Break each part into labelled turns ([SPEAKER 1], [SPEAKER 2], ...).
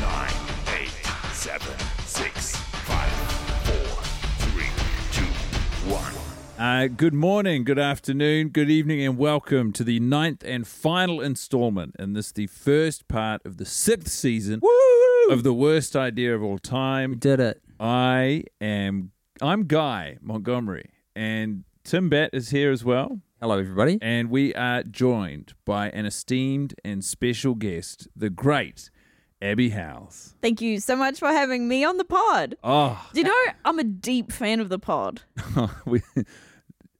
[SPEAKER 1] Nine, eight, seven, six, five, four, three, two, one.
[SPEAKER 2] Uh, good morning, good afternoon, good evening, and welcome to the ninth and final installment. And this the first part of the sixth season of the worst idea of all time.
[SPEAKER 3] Did it.
[SPEAKER 2] I am I'm Guy Montgomery, and Tim Bat is here as well.
[SPEAKER 3] Hello, everybody.
[SPEAKER 2] And we are joined by an esteemed and special guest, the great Abby Howes.
[SPEAKER 4] Thank you so much for having me on the pod.
[SPEAKER 2] Oh,
[SPEAKER 4] Do you know I'm a deep fan of the pod?
[SPEAKER 2] we,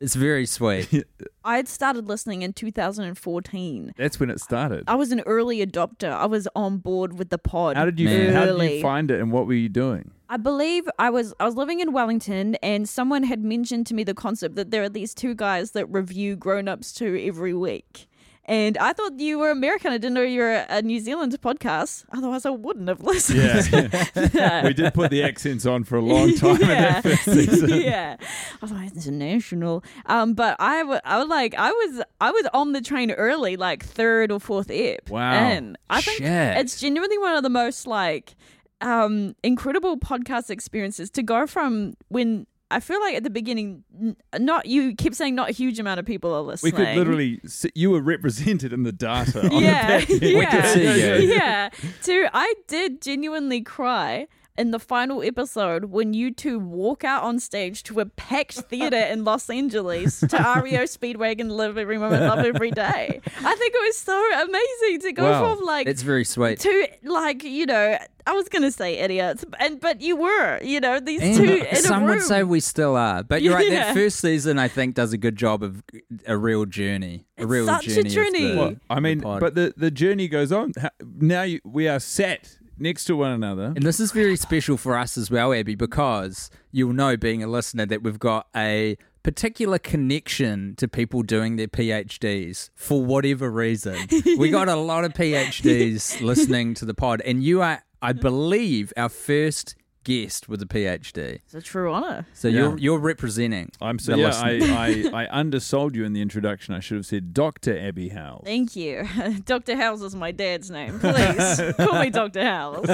[SPEAKER 3] It's very sweet.
[SPEAKER 4] I had started listening in 2014.
[SPEAKER 2] that's when it started.
[SPEAKER 4] I was an early adopter. I was on board with the pod.
[SPEAKER 2] How did you
[SPEAKER 4] early.
[SPEAKER 2] how did you find it, and what were you doing?
[SPEAKER 4] I believe I was I was living in Wellington and someone had mentioned to me the concept that there are these two guys that review grown-ups too every week. And I thought you were American. I didn't know you were a New Zealand podcast. Otherwise I wouldn't have listened.
[SPEAKER 2] Yeah. we did put the accents on for a long time in that first season.
[SPEAKER 4] yeah. I was like, international. Um, but I, w- I was like, I was, I was on the train early, like third or fourth ep.
[SPEAKER 2] Wow.
[SPEAKER 4] And I think
[SPEAKER 2] Shit.
[SPEAKER 4] it's genuinely one of the most like, um, incredible podcast experiences to go from when I feel like at the beginning, n- not you kept saying not a huge amount of people are
[SPEAKER 2] We
[SPEAKER 4] listening.
[SPEAKER 2] could literally see, you were represented in the data. On
[SPEAKER 4] yeah,
[SPEAKER 2] the back end.
[SPEAKER 4] yeah,
[SPEAKER 3] see you.
[SPEAKER 4] yeah. Dude, I did genuinely cry in the final episode when you two walk out on stage to a packed theater in Los Angeles to REO Speedwagon Live Every Moment Love Every Day. I think it was so amazing to go
[SPEAKER 2] Wow.
[SPEAKER 4] from like
[SPEAKER 3] It's very sweet.
[SPEAKER 4] to like, you know, I was gonna say idiots, and but you were, you know, these two in
[SPEAKER 3] And
[SPEAKER 4] a
[SPEAKER 3] some would
[SPEAKER 4] room.
[SPEAKER 3] say we still are, but you're right.
[SPEAKER 4] Yeah.
[SPEAKER 3] That first season, I think, does a good job of a real journey. A
[SPEAKER 4] It's
[SPEAKER 3] real
[SPEAKER 4] such a
[SPEAKER 3] journey. of
[SPEAKER 4] journey.
[SPEAKER 3] the-
[SPEAKER 2] Well, I
[SPEAKER 3] the
[SPEAKER 2] mean,
[SPEAKER 3] pod.
[SPEAKER 2] but the, the journey goes on. Ha- Now you, we are sat next to one another.
[SPEAKER 3] And this is very special for us as well, Abby, because you'll know, being a listener, that we've got a particular connection to people doing their PhDs for whatever reason. we got a lot of PhDs listening to the pod, and you are, I believe, our first guest with a PhD.
[SPEAKER 4] it's a true honor.
[SPEAKER 3] So
[SPEAKER 2] Yeah.
[SPEAKER 3] you're you're representing.
[SPEAKER 2] I'm so
[SPEAKER 3] the
[SPEAKER 2] yeah.
[SPEAKER 3] listener.
[SPEAKER 2] I, I, I undersold you in the introduction. I should have said Doctor Abby Howell.
[SPEAKER 4] Thank you. Dr. Howells is my dad's name. Please call me Dr. Howells.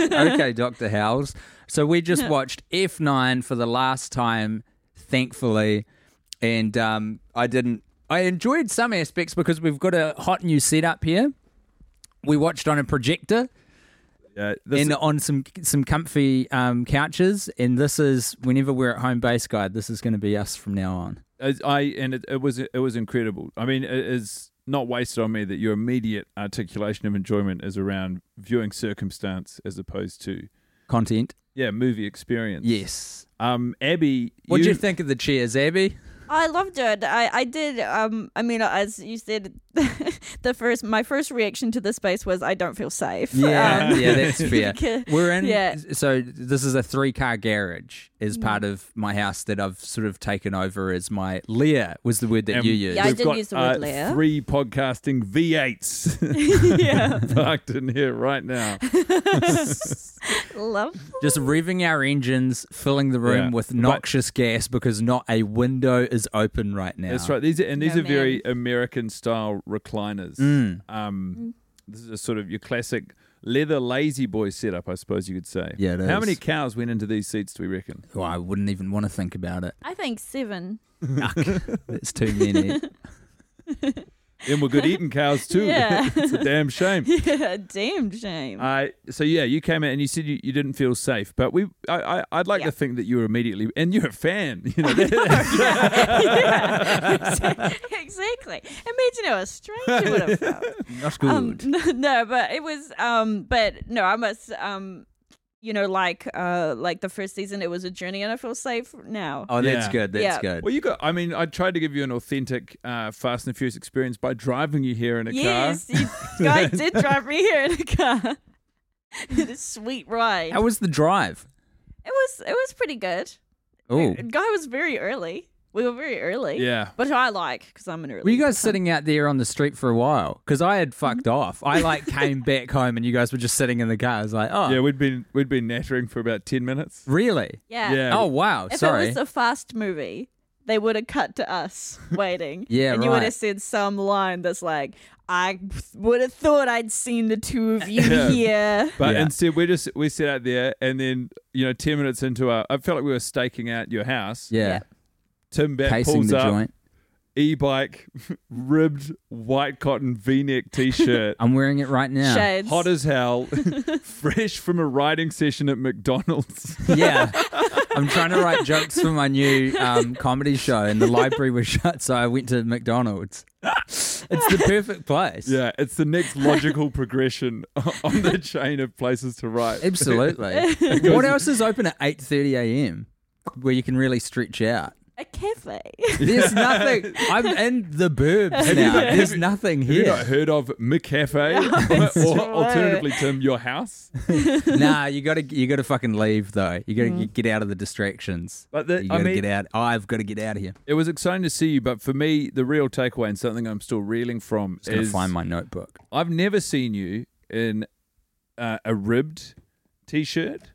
[SPEAKER 3] okay, Dr. Howells. So we just watched F9 for the last time, thankfully. And um, I didn't. I enjoyed some aspects because we've got a hot new setup here. We watched on a projector
[SPEAKER 2] Uh, this,
[SPEAKER 3] and on some some comfy um, couches. And this is whenever we're at home base, guide. This is going to be us from now on.
[SPEAKER 2] I, I and it, it was it was incredible. I mean, it is not wasted on me that your immediate articulation of enjoyment is around viewing circumstance as opposed to
[SPEAKER 3] Content.
[SPEAKER 2] yeah movie experience.
[SPEAKER 3] Yes.
[SPEAKER 2] Um, Abby,
[SPEAKER 3] What do
[SPEAKER 2] you
[SPEAKER 3] you think of the chairs, Abby?
[SPEAKER 4] I loved it. I, I did. Um, I mean, as you said, the first my first reaction to this space was I don't feel safe.
[SPEAKER 3] Yeah,
[SPEAKER 4] Um,
[SPEAKER 3] yeah, that's fair.
[SPEAKER 4] Okay.
[SPEAKER 3] We're in.
[SPEAKER 4] Yeah. Mm-hmm.
[SPEAKER 3] So this is a three-car garage. Is part of my house that I've sort of taken over as my lair. Was the word that
[SPEAKER 2] And
[SPEAKER 3] you used?
[SPEAKER 4] Yeah,
[SPEAKER 2] Um,
[SPEAKER 4] I
[SPEAKER 2] we've
[SPEAKER 4] did
[SPEAKER 2] got,
[SPEAKER 4] use the word
[SPEAKER 2] uh,
[SPEAKER 4] layer.
[SPEAKER 2] Three podcasting V8s
[SPEAKER 4] yeah.
[SPEAKER 2] parked in here right now.
[SPEAKER 4] Love.
[SPEAKER 3] Just revving our engines, filling the room
[SPEAKER 2] Yeah.
[SPEAKER 3] with
[SPEAKER 2] But-
[SPEAKER 3] noxious gas because not a window is open right now.
[SPEAKER 2] That's right. These are, and these
[SPEAKER 4] Yeah,
[SPEAKER 2] are very American style recliners.
[SPEAKER 3] Mm.
[SPEAKER 4] Mm.
[SPEAKER 2] Um, this is a sort of your classic leather lazy boy setup, I suppose you could say.
[SPEAKER 3] Yeah, it
[SPEAKER 2] How
[SPEAKER 3] is.
[SPEAKER 2] many cows went into these seats? Do we reckon?
[SPEAKER 3] Oh, I wouldn't even want to think about it.
[SPEAKER 4] I think seven.
[SPEAKER 3] It's too many.
[SPEAKER 2] Then we're good eating cows too.
[SPEAKER 4] Yeah.
[SPEAKER 2] it's a damn shame.
[SPEAKER 4] Yeah, damn shame.
[SPEAKER 3] Uh,
[SPEAKER 2] I so yeah, you came out and you said you, you didn't feel safe, but we I, I I'd like
[SPEAKER 4] Yeah.
[SPEAKER 2] to think that you were immediately and you're a fan, you know.
[SPEAKER 4] Yeah. exactly. Imagine how a stranger would have felt.
[SPEAKER 3] Not good.
[SPEAKER 4] Um, no, but it was. Um, but no, I must. Um, you know, like uh, like the first season, it was a journey, and I feel safe now.
[SPEAKER 3] oh, that's
[SPEAKER 2] Yeah.
[SPEAKER 3] good. That's
[SPEAKER 4] Yeah.
[SPEAKER 3] good.
[SPEAKER 2] Well, you got. I mean, I tried to give you an authentic uh, Fast and Furious experience by driving you here in a
[SPEAKER 4] yes,
[SPEAKER 2] car.
[SPEAKER 4] you guy did drive me here in a car. This sweet ride.
[SPEAKER 3] How was the drive?
[SPEAKER 4] it was. It was pretty good.
[SPEAKER 3] Oh,
[SPEAKER 4] Guy was very early. We were very early.
[SPEAKER 2] Yeah.
[SPEAKER 4] But I like because I'm an early.
[SPEAKER 3] Were you guys sitting out there on the street for a while? Because I
[SPEAKER 2] Mm-hmm.
[SPEAKER 3] had fucked off. I like came back home and you guys were just sitting in the car. I was like, oh,
[SPEAKER 2] Yeah, we'd been we'd been nattering for about ten minutes.
[SPEAKER 3] really?
[SPEAKER 4] Yeah.
[SPEAKER 2] Yeah.
[SPEAKER 3] Oh, wow.
[SPEAKER 4] If
[SPEAKER 3] Sorry.
[SPEAKER 4] it was a fast movie, they would have cut to us waiting.
[SPEAKER 3] Yeah,
[SPEAKER 4] and you would
[SPEAKER 3] right.
[SPEAKER 4] have said some line that's like, "I would have thought I'd seen the two of you
[SPEAKER 2] Yeah.
[SPEAKER 4] here."
[SPEAKER 2] But
[SPEAKER 3] Yeah.
[SPEAKER 2] instead, we just we sat out there, and then you know, ten minutes into our, I felt like we were staking out your house.
[SPEAKER 3] yeah.
[SPEAKER 2] Tim back
[SPEAKER 3] Casing
[SPEAKER 2] pulls
[SPEAKER 3] the
[SPEAKER 2] up,
[SPEAKER 3] joint.
[SPEAKER 2] e-bike, ribbed white cotton V-neck T-shirt,
[SPEAKER 3] I'm wearing it right now.
[SPEAKER 4] Shades.
[SPEAKER 2] hot as hell, fresh from a riding session at McDonald's.
[SPEAKER 3] Yeah. I'm trying to write jokes for my new um, comedy show, and the library was shut, so I went to McDonald's. It's the perfect place.
[SPEAKER 2] Yeah, it's the next logical progression on the chain of places to write.
[SPEAKER 3] Absolutely. what else is open at 8:30 a.m. where you can really stretch out?
[SPEAKER 4] a cafe.
[SPEAKER 3] There's nothing. I'm in the burbs
[SPEAKER 2] Have you
[SPEAKER 3] now.
[SPEAKER 2] not- have
[SPEAKER 3] There's
[SPEAKER 2] you-
[SPEAKER 3] nothing
[SPEAKER 2] Have you
[SPEAKER 3] here.
[SPEAKER 2] not heard of McCafe? or alternatively, Tim, your house?
[SPEAKER 3] nah, you gotta you gotta fucking leave though. You gotta get out of the distractions.
[SPEAKER 2] But the-
[SPEAKER 3] you
[SPEAKER 2] I
[SPEAKER 3] gotta
[SPEAKER 2] mean-
[SPEAKER 3] get out. I've got to get out of here.
[SPEAKER 2] It was exciting to see you, but for me, the real takeaway and something I'm still reeling from
[SPEAKER 3] Just gonna
[SPEAKER 2] is
[SPEAKER 3] find my notebook.
[SPEAKER 2] I've never seen you in uh, a ribbed t-shirt,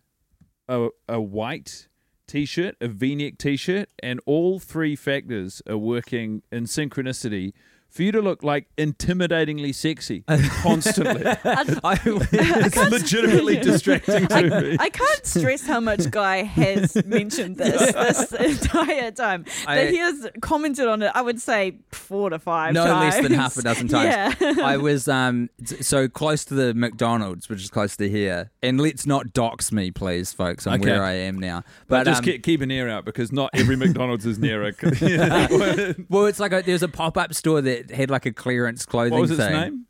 [SPEAKER 2] a, a white t-shirt, a v-neck t-shirt, and all three factors are working in synchronicity for you to look like intimidatingly sexy constantly.
[SPEAKER 3] I,
[SPEAKER 2] it's legitimately distracting to me.
[SPEAKER 4] I can't stress how much Guy has mentioned this this entire time.
[SPEAKER 3] I-
[SPEAKER 4] that he has commented on it. I would say four to five.
[SPEAKER 3] no
[SPEAKER 4] times.
[SPEAKER 3] less than half a dozen times.
[SPEAKER 4] Yeah.
[SPEAKER 3] I was um s- so close to the McDonald's, which is close to here. And let's not dox me, please, folks, on
[SPEAKER 2] Okay.
[SPEAKER 3] where I am now.
[SPEAKER 2] But just
[SPEAKER 3] um,
[SPEAKER 2] keep, keep an ear out because not every McDonald's is near a.
[SPEAKER 3] Well, it's like a, there was a pop up store that had like a clearance clothing
[SPEAKER 2] What was its
[SPEAKER 3] thing.
[SPEAKER 2] name?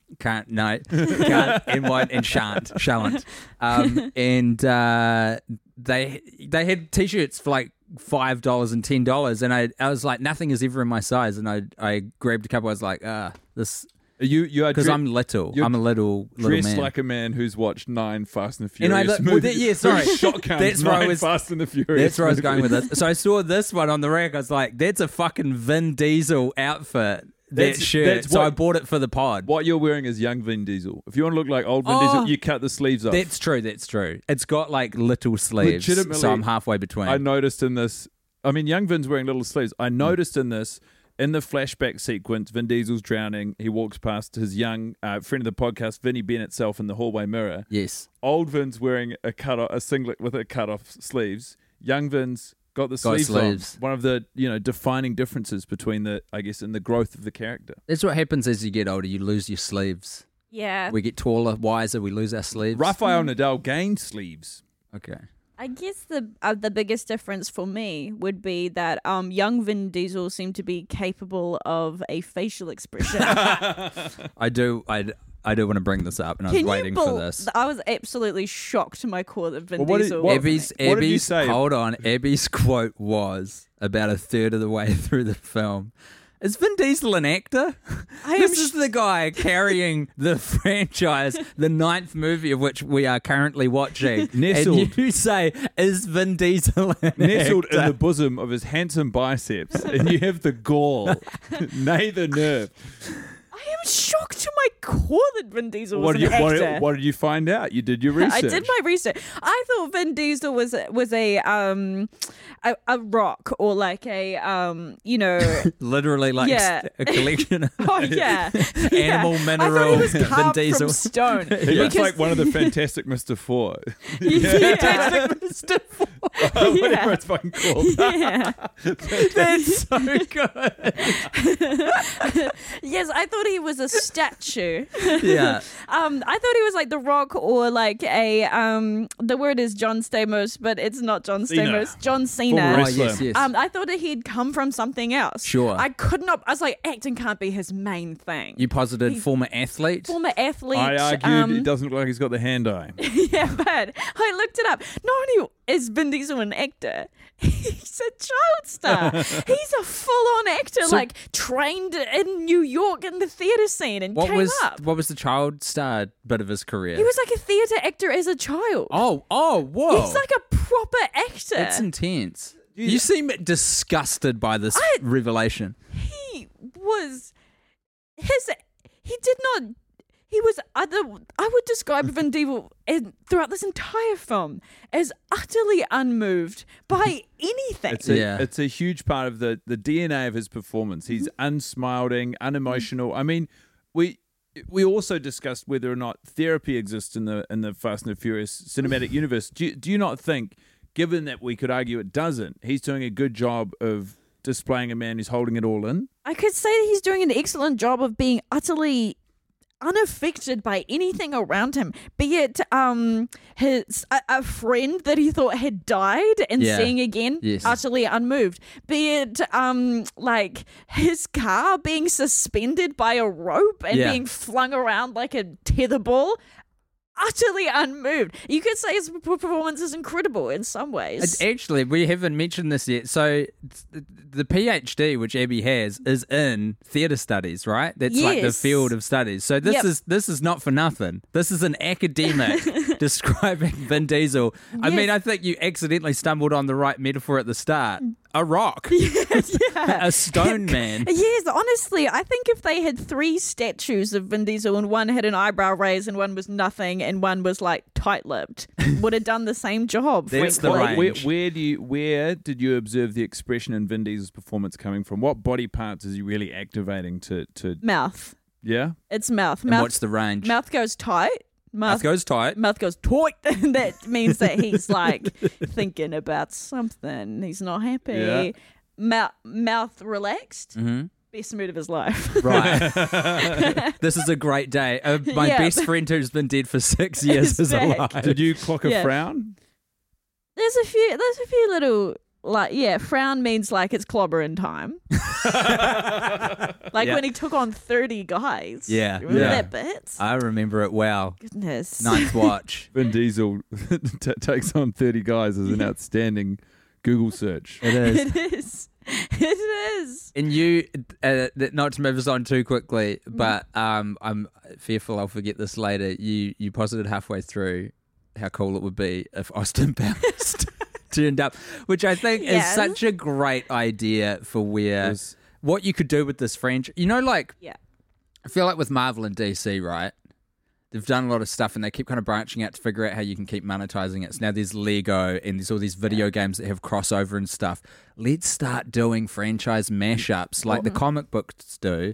[SPEAKER 3] Can't no, can't and won't and shan't shan't. Um, and uh, they they had t shirts for like five dollars and ten dollars, and I I was like nothing is ever in my size, and I I grabbed a couple. I was like ah this
[SPEAKER 2] you you are
[SPEAKER 3] because
[SPEAKER 2] dre-
[SPEAKER 3] I'm little.
[SPEAKER 2] you're
[SPEAKER 3] I'm a little little
[SPEAKER 2] dressed
[SPEAKER 3] man.
[SPEAKER 2] like a man who's watched nine Fast and the
[SPEAKER 3] And I
[SPEAKER 2] Furious
[SPEAKER 3] look- well,
[SPEAKER 2] movies.
[SPEAKER 3] that- yeah, sorry.
[SPEAKER 2] Who shotguns
[SPEAKER 3] That's where I
[SPEAKER 2] nine
[SPEAKER 3] was-
[SPEAKER 2] Fast and the Furious.
[SPEAKER 3] that's where I was going with
[SPEAKER 2] movies.
[SPEAKER 3] this. So I saw this one on the rack. I was like, "That's a fucking Vin Diesel outfit." That
[SPEAKER 2] That's-
[SPEAKER 3] shirt.
[SPEAKER 2] that's
[SPEAKER 3] so
[SPEAKER 2] what-
[SPEAKER 3] I bought it for the pod.
[SPEAKER 2] What you're wearing is young Vin Diesel. If you want to look like old Vin
[SPEAKER 3] Oh.
[SPEAKER 2] Diesel, you cut the sleeves off.
[SPEAKER 3] That's true. That's true. It's got like little sleeves,
[SPEAKER 2] Legitimately,
[SPEAKER 3] so I'm halfway between.
[SPEAKER 2] I noticed in this. I mean, young Vin's wearing little sleeves. I
[SPEAKER 3] Hmm.
[SPEAKER 2] noticed in this. In the flashback sequence, Vin Diesel's drowning. He walks past his young uh, friend of the podcast, Vinny Bennett, self in the hallway mirror.
[SPEAKER 3] Yes,
[SPEAKER 2] Old Vin's wearing a cut off, a singlet with a cut off sleeves. Young Vin's got the sleeves,
[SPEAKER 3] sleeves.
[SPEAKER 2] on. One of the you know defining differences between the I guess in the growth of the character.
[SPEAKER 3] that's what happens as you get older. You lose your sleeves.
[SPEAKER 4] yeah.
[SPEAKER 3] We get taller, wiser. We lose our sleeves.
[SPEAKER 2] Rafael Nadal gained sleeves.
[SPEAKER 3] Okay.
[SPEAKER 4] I guess the uh, the biggest difference for me would be that um, young Vin Diesel seemed to be capable of a facial expression.
[SPEAKER 3] I do. I I do want to bring this up, and I was
[SPEAKER 4] Can
[SPEAKER 3] waiting
[SPEAKER 4] you bel-
[SPEAKER 3] for this.
[SPEAKER 4] I was absolutely shocked to my core that Vin
[SPEAKER 2] Well, what do you-
[SPEAKER 4] Diesel.
[SPEAKER 2] what-
[SPEAKER 4] wasn't
[SPEAKER 3] Abby's,
[SPEAKER 2] What did you
[SPEAKER 3] Abby's,
[SPEAKER 2] say?
[SPEAKER 3] hold on. Abby's quote was about a third of the way through the film. Is Vin Diesel an actor?
[SPEAKER 4] I
[SPEAKER 3] this
[SPEAKER 4] am
[SPEAKER 3] is the guy carrying the franchise, the ninth movie of which we are currently watching.
[SPEAKER 2] Nestled.
[SPEAKER 3] And you say, is Vin Diesel an
[SPEAKER 2] Nestled
[SPEAKER 3] actor?
[SPEAKER 2] in the bosom of his handsome biceps, and you have the gall, nay the nerve.
[SPEAKER 4] I am shocked to my core that Vin Diesel
[SPEAKER 2] What
[SPEAKER 4] was
[SPEAKER 2] did you
[SPEAKER 4] an actor.
[SPEAKER 2] what, what did you find out? You did your research.
[SPEAKER 4] I did my research. I thought Vin Diesel was was a um a, a rock or like a um you know
[SPEAKER 3] Literally like
[SPEAKER 4] Yeah.
[SPEAKER 3] a collection of
[SPEAKER 4] oh yeah
[SPEAKER 3] Animal
[SPEAKER 4] yeah. I thought
[SPEAKER 3] mineral
[SPEAKER 4] he was
[SPEAKER 3] Vin
[SPEAKER 4] carved
[SPEAKER 3] Diesel.
[SPEAKER 4] from stone.
[SPEAKER 2] He
[SPEAKER 4] because,
[SPEAKER 2] looks like one of the Fantastic Mr. Four.
[SPEAKER 4] yeah,
[SPEAKER 2] Whatever
[SPEAKER 4] Yeah.
[SPEAKER 2] it's fucking called.
[SPEAKER 4] yeah.
[SPEAKER 3] That's so good.
[SPEAKER 4] Yes, I thought he was a statue.
[SPEAKER 3] Yeah.
[SPEAKER 4] Um, I thought he was like The Rock or like a um. The word is John Stamos, but it's not John
[SPEAKER 2] Cena.
[SPEAKER 4] Stamos. John
[SPEAKER 2] Former
[SPEAKER 4] Cena.
[SPEAKER 3] Oh,
[SPEAKER 2] wrestler.
[SPEAKER 3] yes, yes.
[SPEAKER 4] Um, I thought that he'd come from something else.
[SPEAKER 3] Sure.
[SPEAKER 4] I could not. I was like, acting can't be his main thing.
[SPEAKER 3] you posited former athlete.
[SPEAKER 4] former athlete.
[SPEAKER 2] I argued
[SPEAKER 4] um,
[SPEAKER 2] it doesn't look like he's got the hand eye.
[SPEAKER 4] Yeah, but I looked it up. Not only is Vin Diesel an actor, he's a child star. he's a full-on actor, like trained in New York in the theater scene and
[SPEAKER 3] what
[SPEAKER 4] came
[SPEAKER 3] was
[SPEAKER 4] up.
[SPEAKER 3] what was the child star bit of his career?
[SPEAKER 4] He was like a theater actor as a child.
[SPEAKER 3] oh oh whoa.
[SPEAKER 4] He's like a proper actor.
[SPEAKER 3] It's intense. You seem disgusted by this
[SPEAKER 4] I-
[SPEAKER 3] revelation.
[SPEAKER 4] he was his. He did not. He was other. I would describe Vin Diesel in, throughout this entire film as utterly unmoved by anything.
[SPEAKER 2] It's a,
[SPEAKER 3] Yeah.
[SPEAKER 2] it's a huge part of the, the DNA of his performance. He's unsmiling, unemotional. I mean, we we also discussed whether or not therapy exists in the in the Fast and the Furious cinematic universe. Do you, do you not think, given that we could argue it doesn't, he's doing a good job of displaying a man who's holding it all in?
[SPEAKER 4] I could say that he's doing an excellent job of being utterly unaffected by anything around him, be it um his a, a friend that he thought had died and
[SPEAKER 3] Yeah.
[SPEAKER 4] seeing again,
[SPEAKER 3] Yes.
[SPEAKER 4] utterly unmoved, be it um like his car being suspended by a rope and
[SPEAKER 3] Yeah.
[SPEAKER 4] being flung around like a tetherball. Utterly unmoved. You could say his p- performance is incredible in some ways.
[SPEAKER 3] It's actually, we haven't mentioned this yet. So, it's- the PhD which Abby has is in theatre studies, right? That's like the
[SPEAKER 4] Yes.
[SPEAKER 3] field of studies. So this
[SPEAKER 4] Yep.
[SPEAKER 3] is this is not for nothing. This is an academic describing Vin Diesel. I mean,
[SPEAKER 4] Yes.
[SPEAKER 3] I think you accidentally stumbled on the right metaphor at the start. A rock, a stone man.
[SPEAKER 4] Yes, honestly, I think if they had three statues of Vin Diesel and one had an eyebrow raise and one was nothing and one was like tight lipped, would have done the same job.
[SPEAKER 3] That's
[SPEAKER 4] frankly.
[SPEAKER 3] the
[SPEAKER 2] Where- Where,
[SPEAKER 3] range.
[SPEAKER 2] where do you where did you observe the expression in Vin Diesel's performance coming from? What body parts is he really activating to to
[SPEAKER 4] mouth.
[SPEAKER 2] yeah?
[SPEAKER 4] It's mouth.
[SPEAKER 3] And
[SPEAKER 4] Mouth,
[SPEAKER 3] what's the range?
[SPEAKER 4] mouth goes tight. Mouth,
[SPEAKER 3] Mouth goes tight.
[SPEAKER 4] mouth goes tight. that means that he's like thinking about something. He's not happy.
[SPEAKER 2] Yeah.
[SPEAKER 4] Mouth, mouth relaxed.
[SPEAKER 2] Mm-hmm.
[SPEAKER 4] Best mood of his life.
[SPEAKER 3] Right. this is a great day. Uh, my
[SPEAKER 4] Yeah.
[SPEAKER 3] best friend who's been dead for six years
[SPEAKER 4] Is
[SPEAKER 3] is
[SPEAKER 4] back.
[SPEAKER 3] alive.
[SPEAKER 2] Did you clock a
[SPEAKER 4] Yeah.
[SPEAKER 2] frown?
[SPEAKER 4] There's a few. There's a few little like yeah. Frown means like it's clobbering time. like
[SPEAKER 3] Yeah.
[SPEAKER 4] when he took on thirty guys.
[SPEAKER 3] Yeah.
[SPEAKER 4] remember
[SPEAKER 3] Yeah. Uh,
[SPEAKER 4] that bit?
[SPEAKER 3] I remember it well.
[SPEAKER 4] Goodness.
[SPEAKER 3] Ninth watch.
[SPEAKER 2] Vin Diesel t- takes on 30 guys as an outstanding Google search.
[SPEAKER 3] It is.
[SPEAKER 4] It is. It is.
[SPEAKER 3] And you, uh, th- not to move us on too quickly,
[SPEAKER 4] Mm-hmm.
[SPEAKER 3] but um, I'm fearful I'll forget this later. You you posited halfway through how cool it would be if Austin Powers turned up, which I think
[SPEAKER 4] Yes.
[SPEAKER 3] is such a great idea for where
[SPEAKER 2] Yes.
[SPEAKER 3] what you could do with this franchise. You know, like
[SPEAKER 4] Yeah.
[SPEAKER 3] I feel like with Marvel and DC, right? They've done a lot of stuff and they keep kind of branching out to figure out how you can keep monetizing it. So now there's Lego and there's all these video games that have crossover and stuff. Let's start doing franchise mashups like
[SPEAKER 4] Mm-hmm.
[SPEAKER 3] the comic books do.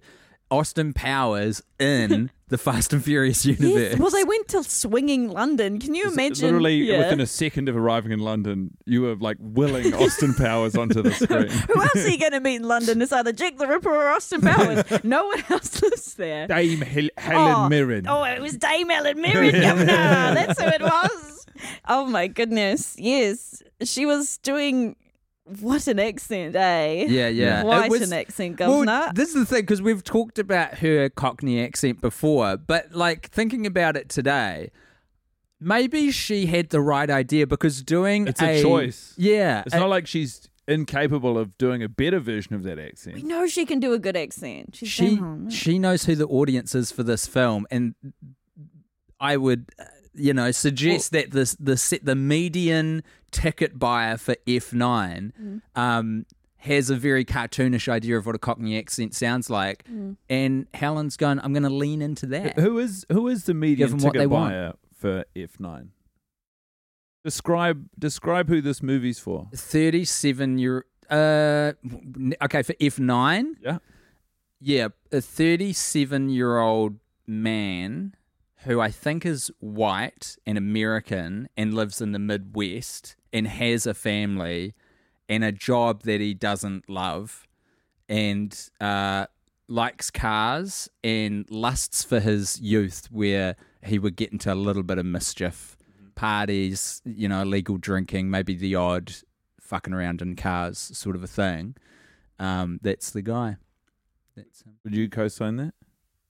[SPEAKER 3] Austin Powers in the Fast and Furious universe.
[SPEAKER 4] Yes. Well, they went to swinging London. Can you imagine?
[SPEAKER 2] Literally
[SPEAKER 4] Yeah.
[SPEAKER 2] within a second of arriving in London, you were like willing Austin Powers onto the screen.
[SPEAKER 3] Oh,
[SPEAKER 4] Who else are you going to meet in London? It's either Jake the Ripper or Austin Powers. no one else lives there.
[SPEAKER 2] Dame Hel- Helen
[SPEAKER 4] oh,
[SPEAKER 2] Mirren.
[SPEAKER 4] Oh, it was Dame Ellen Mirren. governor. That's who it was. Oh my goodness. Yes. She was doing What an accent, eh?
[SPEAKER 3] Yeah, yeah. It
[SPEAKER 4] Quite
[SPEAKER 3] was-
[SPEAKER 4] an accent,
[SPEAKER 3] Well,
[SPEAKER 4] governor.
[SPEAKER 3] this is the thing because we've talked about her Cockney accent before, but like thinking about it today, maybe she had the right idea because doing
[SPEAKER 2] It's a choice.
[SPEAKER 3] Yeah,
[SPEAKER 2] It's
[SPEAKER 3] a-
[SPEAKER 2] not like she's incapable of doing a better version of that accent.
[SPEAKER 4] we know she can do a good accent. She's
[SPEAKER 3] she
[SPEAKER 4] down.
[SPEAKER 3] she knows who the audience is for this film, and I would uh, you know suggest that this the set the median ticket buyer for F nine.
[SPEAKER 4] Mm.
[SPEAKER 3] Um, has a very cartoonish idea of what a Cockney accent sounds like,
[SPEAKER 4] Hmm.
[SPEAKER 3] and Helen's going. I'm going to lean into that.
[SPEAKER 2] Who is who is the
[SPEAKER 3] Give
[SPEAKER 2] median
[SPEAKER 3] 'em what
[SPEAKER 2] ticket
[SPEAKER 3] they want.
[SPEAKER 2] buyer for F nine? Describe describe who this movie's for.
[SPEAKER 3] 37 euro. Uh, n- okay, for F9,
[SPEAKER 2] Yeah,
[SPEAKER 3] yeah, a 37 year old man who I think is white and American and lives in the Midwest and has a family and a job that he doesn't love and uh, likes cars and lusts for his youth, where he would get into a little bit of mischief, parties, you know, illegal drinking, maybe the odd fucking around in cars sort of a thing. Um, that's the guy. That's him.
[SPEAKER 2] would you co-sign that?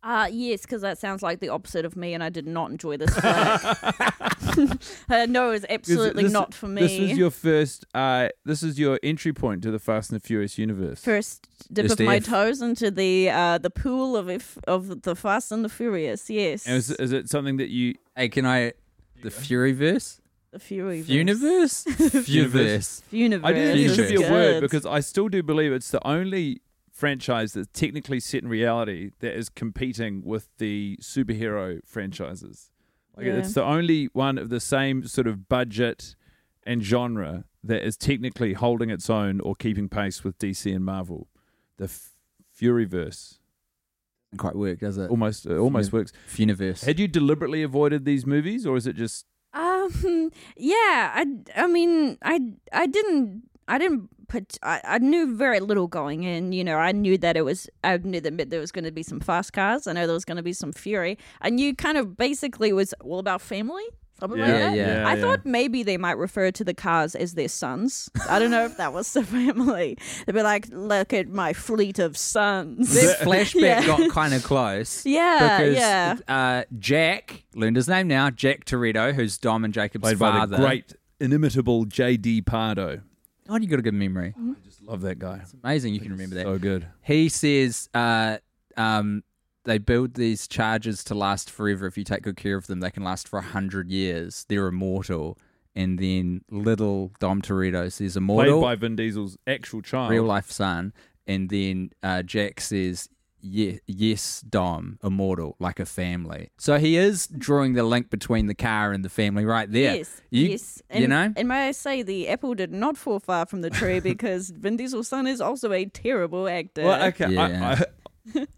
[SPEAKER 4] Uh, yes, because that sounds like the opposite of me, and I did not enjoy this film. uh, no,
[SPEAKER 2] 'Cause
[SPEAKER 4] it's absolutely
[SPEAKER 2] this-
[SPEAKER 4] not for me.
[SPEAKER 2] This was your first. Uh, this is your entry point to the Fast and the Furious universe.
[SPEAKER 4] first dip
[SPEAKER 3] Just
[SPEAKER 4] of my
[SPEAKER 3] F.
[SPEAKER 4] toes into the uh, the pool of if, of the Fast and the Furious. Yes,
[SPEAKER 2] And is, is it something that you
[SPEAKER 3] Hey, can I? The Fury verse?
[SPEAKER 4] the Fury
[SPEAKER 3] Universe? Universe.
[SPEAKER 4] Universe.
[SPEAKER 2] I do think it
[SPEAKER 3] Universe
[SPEAKER 2] should
[SPEAKER 4] is
[SPEAKER 2] be a
[SPEAKER 4] good.
[SPEAKER 2] word because I still do believe it's the only franchise that's technically set in reality that is competing with the superhero franchises. Like
[SPEAKER 4] Yeah.
[SPEAKER 2] it's the only one of the same sort of budget and genre that is technically holding its own or keeping pace with DC and Marvel. The F- Furyverse
[SPEAKER 3] Doesn't quite work, does it?
[SPEAKER 2] almost it almost
[SPEAKER 3] Yeah.
[SPEAKER 2] works.
[SPEAKER 3] Funiverse.
[SPEAKER 2] Had you deliberately avoided these movies, or is it just
[SPEAKER 4] Um. Yeah. I. I mean. I. I didn't. I didn't put. I, I knew very little going in. You know. I knew that it was. I knew that there was going to be some fast cars. I know there was going to be some fury. I knew kind of basically it was all about family. Something like
[SPEAKER 3] Yeah,
[SPEAKER 4] that.
[SPEAKER 3] yeah.
[SPEAKER 4] I
[SPEAKER 2] yeah.
[SPEAKER 4] thought maybe they might refer to the cars as their sons. I don't know if that was the family. They'd be like, "Look at my fleet of sons."
[SPEAKER 3] This flashback
[SPEAKER 4] Yeah.
[SPEAKER 3] got kind of close.
[SPEAKER 4] Yeah,
[SPEAKER 3] because,
[SPEAKER 4] yeah.
[SPEAKER 3] Uh, Jack, learned his name now, Jack Toretto, who's Dom and Jacob's
[SPEAKER 2] played by
[SPEAKER 3] father.
[SPEAKER 2] the great inimitable J.D. Pardo?
[SPEAKER 3] Oh, you got a good memory.
[SPEAKER 2] Just love that guy.
[SPEAKER 3] Amazing, you can remember that.
[SPEAKER 2] So good.
[SPEAKER 3] He says, uh, um, they build these charges to last forever. If you take good care of them, they can last for a hundred years. They're immortal. And then little Dom Toretto says,
[SPEAKER 2] Played
[SPEAKER 3] "Immortal,
[SPEAKER 2] by Vin Diesel's actual child.
[SPEAKER 3] real life son, and then uh, Jack says, "Yes, yes, Dom, immortal, like a family." So he is drawing the link between the car and the family right there.
[SPEAKER 4] Yes,
[SPEAKER 3] you,
[SPEAKER 4] yes.
[SPEAKER 3] you know,
[SPEAKER 4] and may I say, the apple did not fall far from the tree because Vin Diesel's son is also a terrible actor.
[SPEAKER 2] Well, okay.
[SPEAKER 3] Yeah.
[SPEAKER 2] I, I,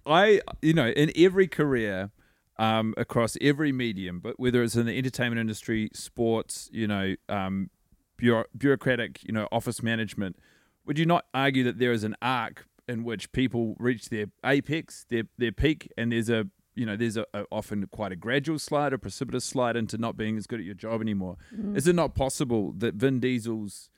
[SPEAKER 2] I, you know, in every career, um, across every medium, but whether it's in the entertainment industry, sports, you know, um, bureau- bureaucratic, you know, office management, would you not argue that there is an arc in which people reach their apex, their their peak, and there's a you know, there's a, a often quite a gradual slide, a precipitous slide into not being as good at your job anymore.
[SPEAKER 4] Mm-hmm.
[SPEAKER 2] Is it not possible that Vin Diesel's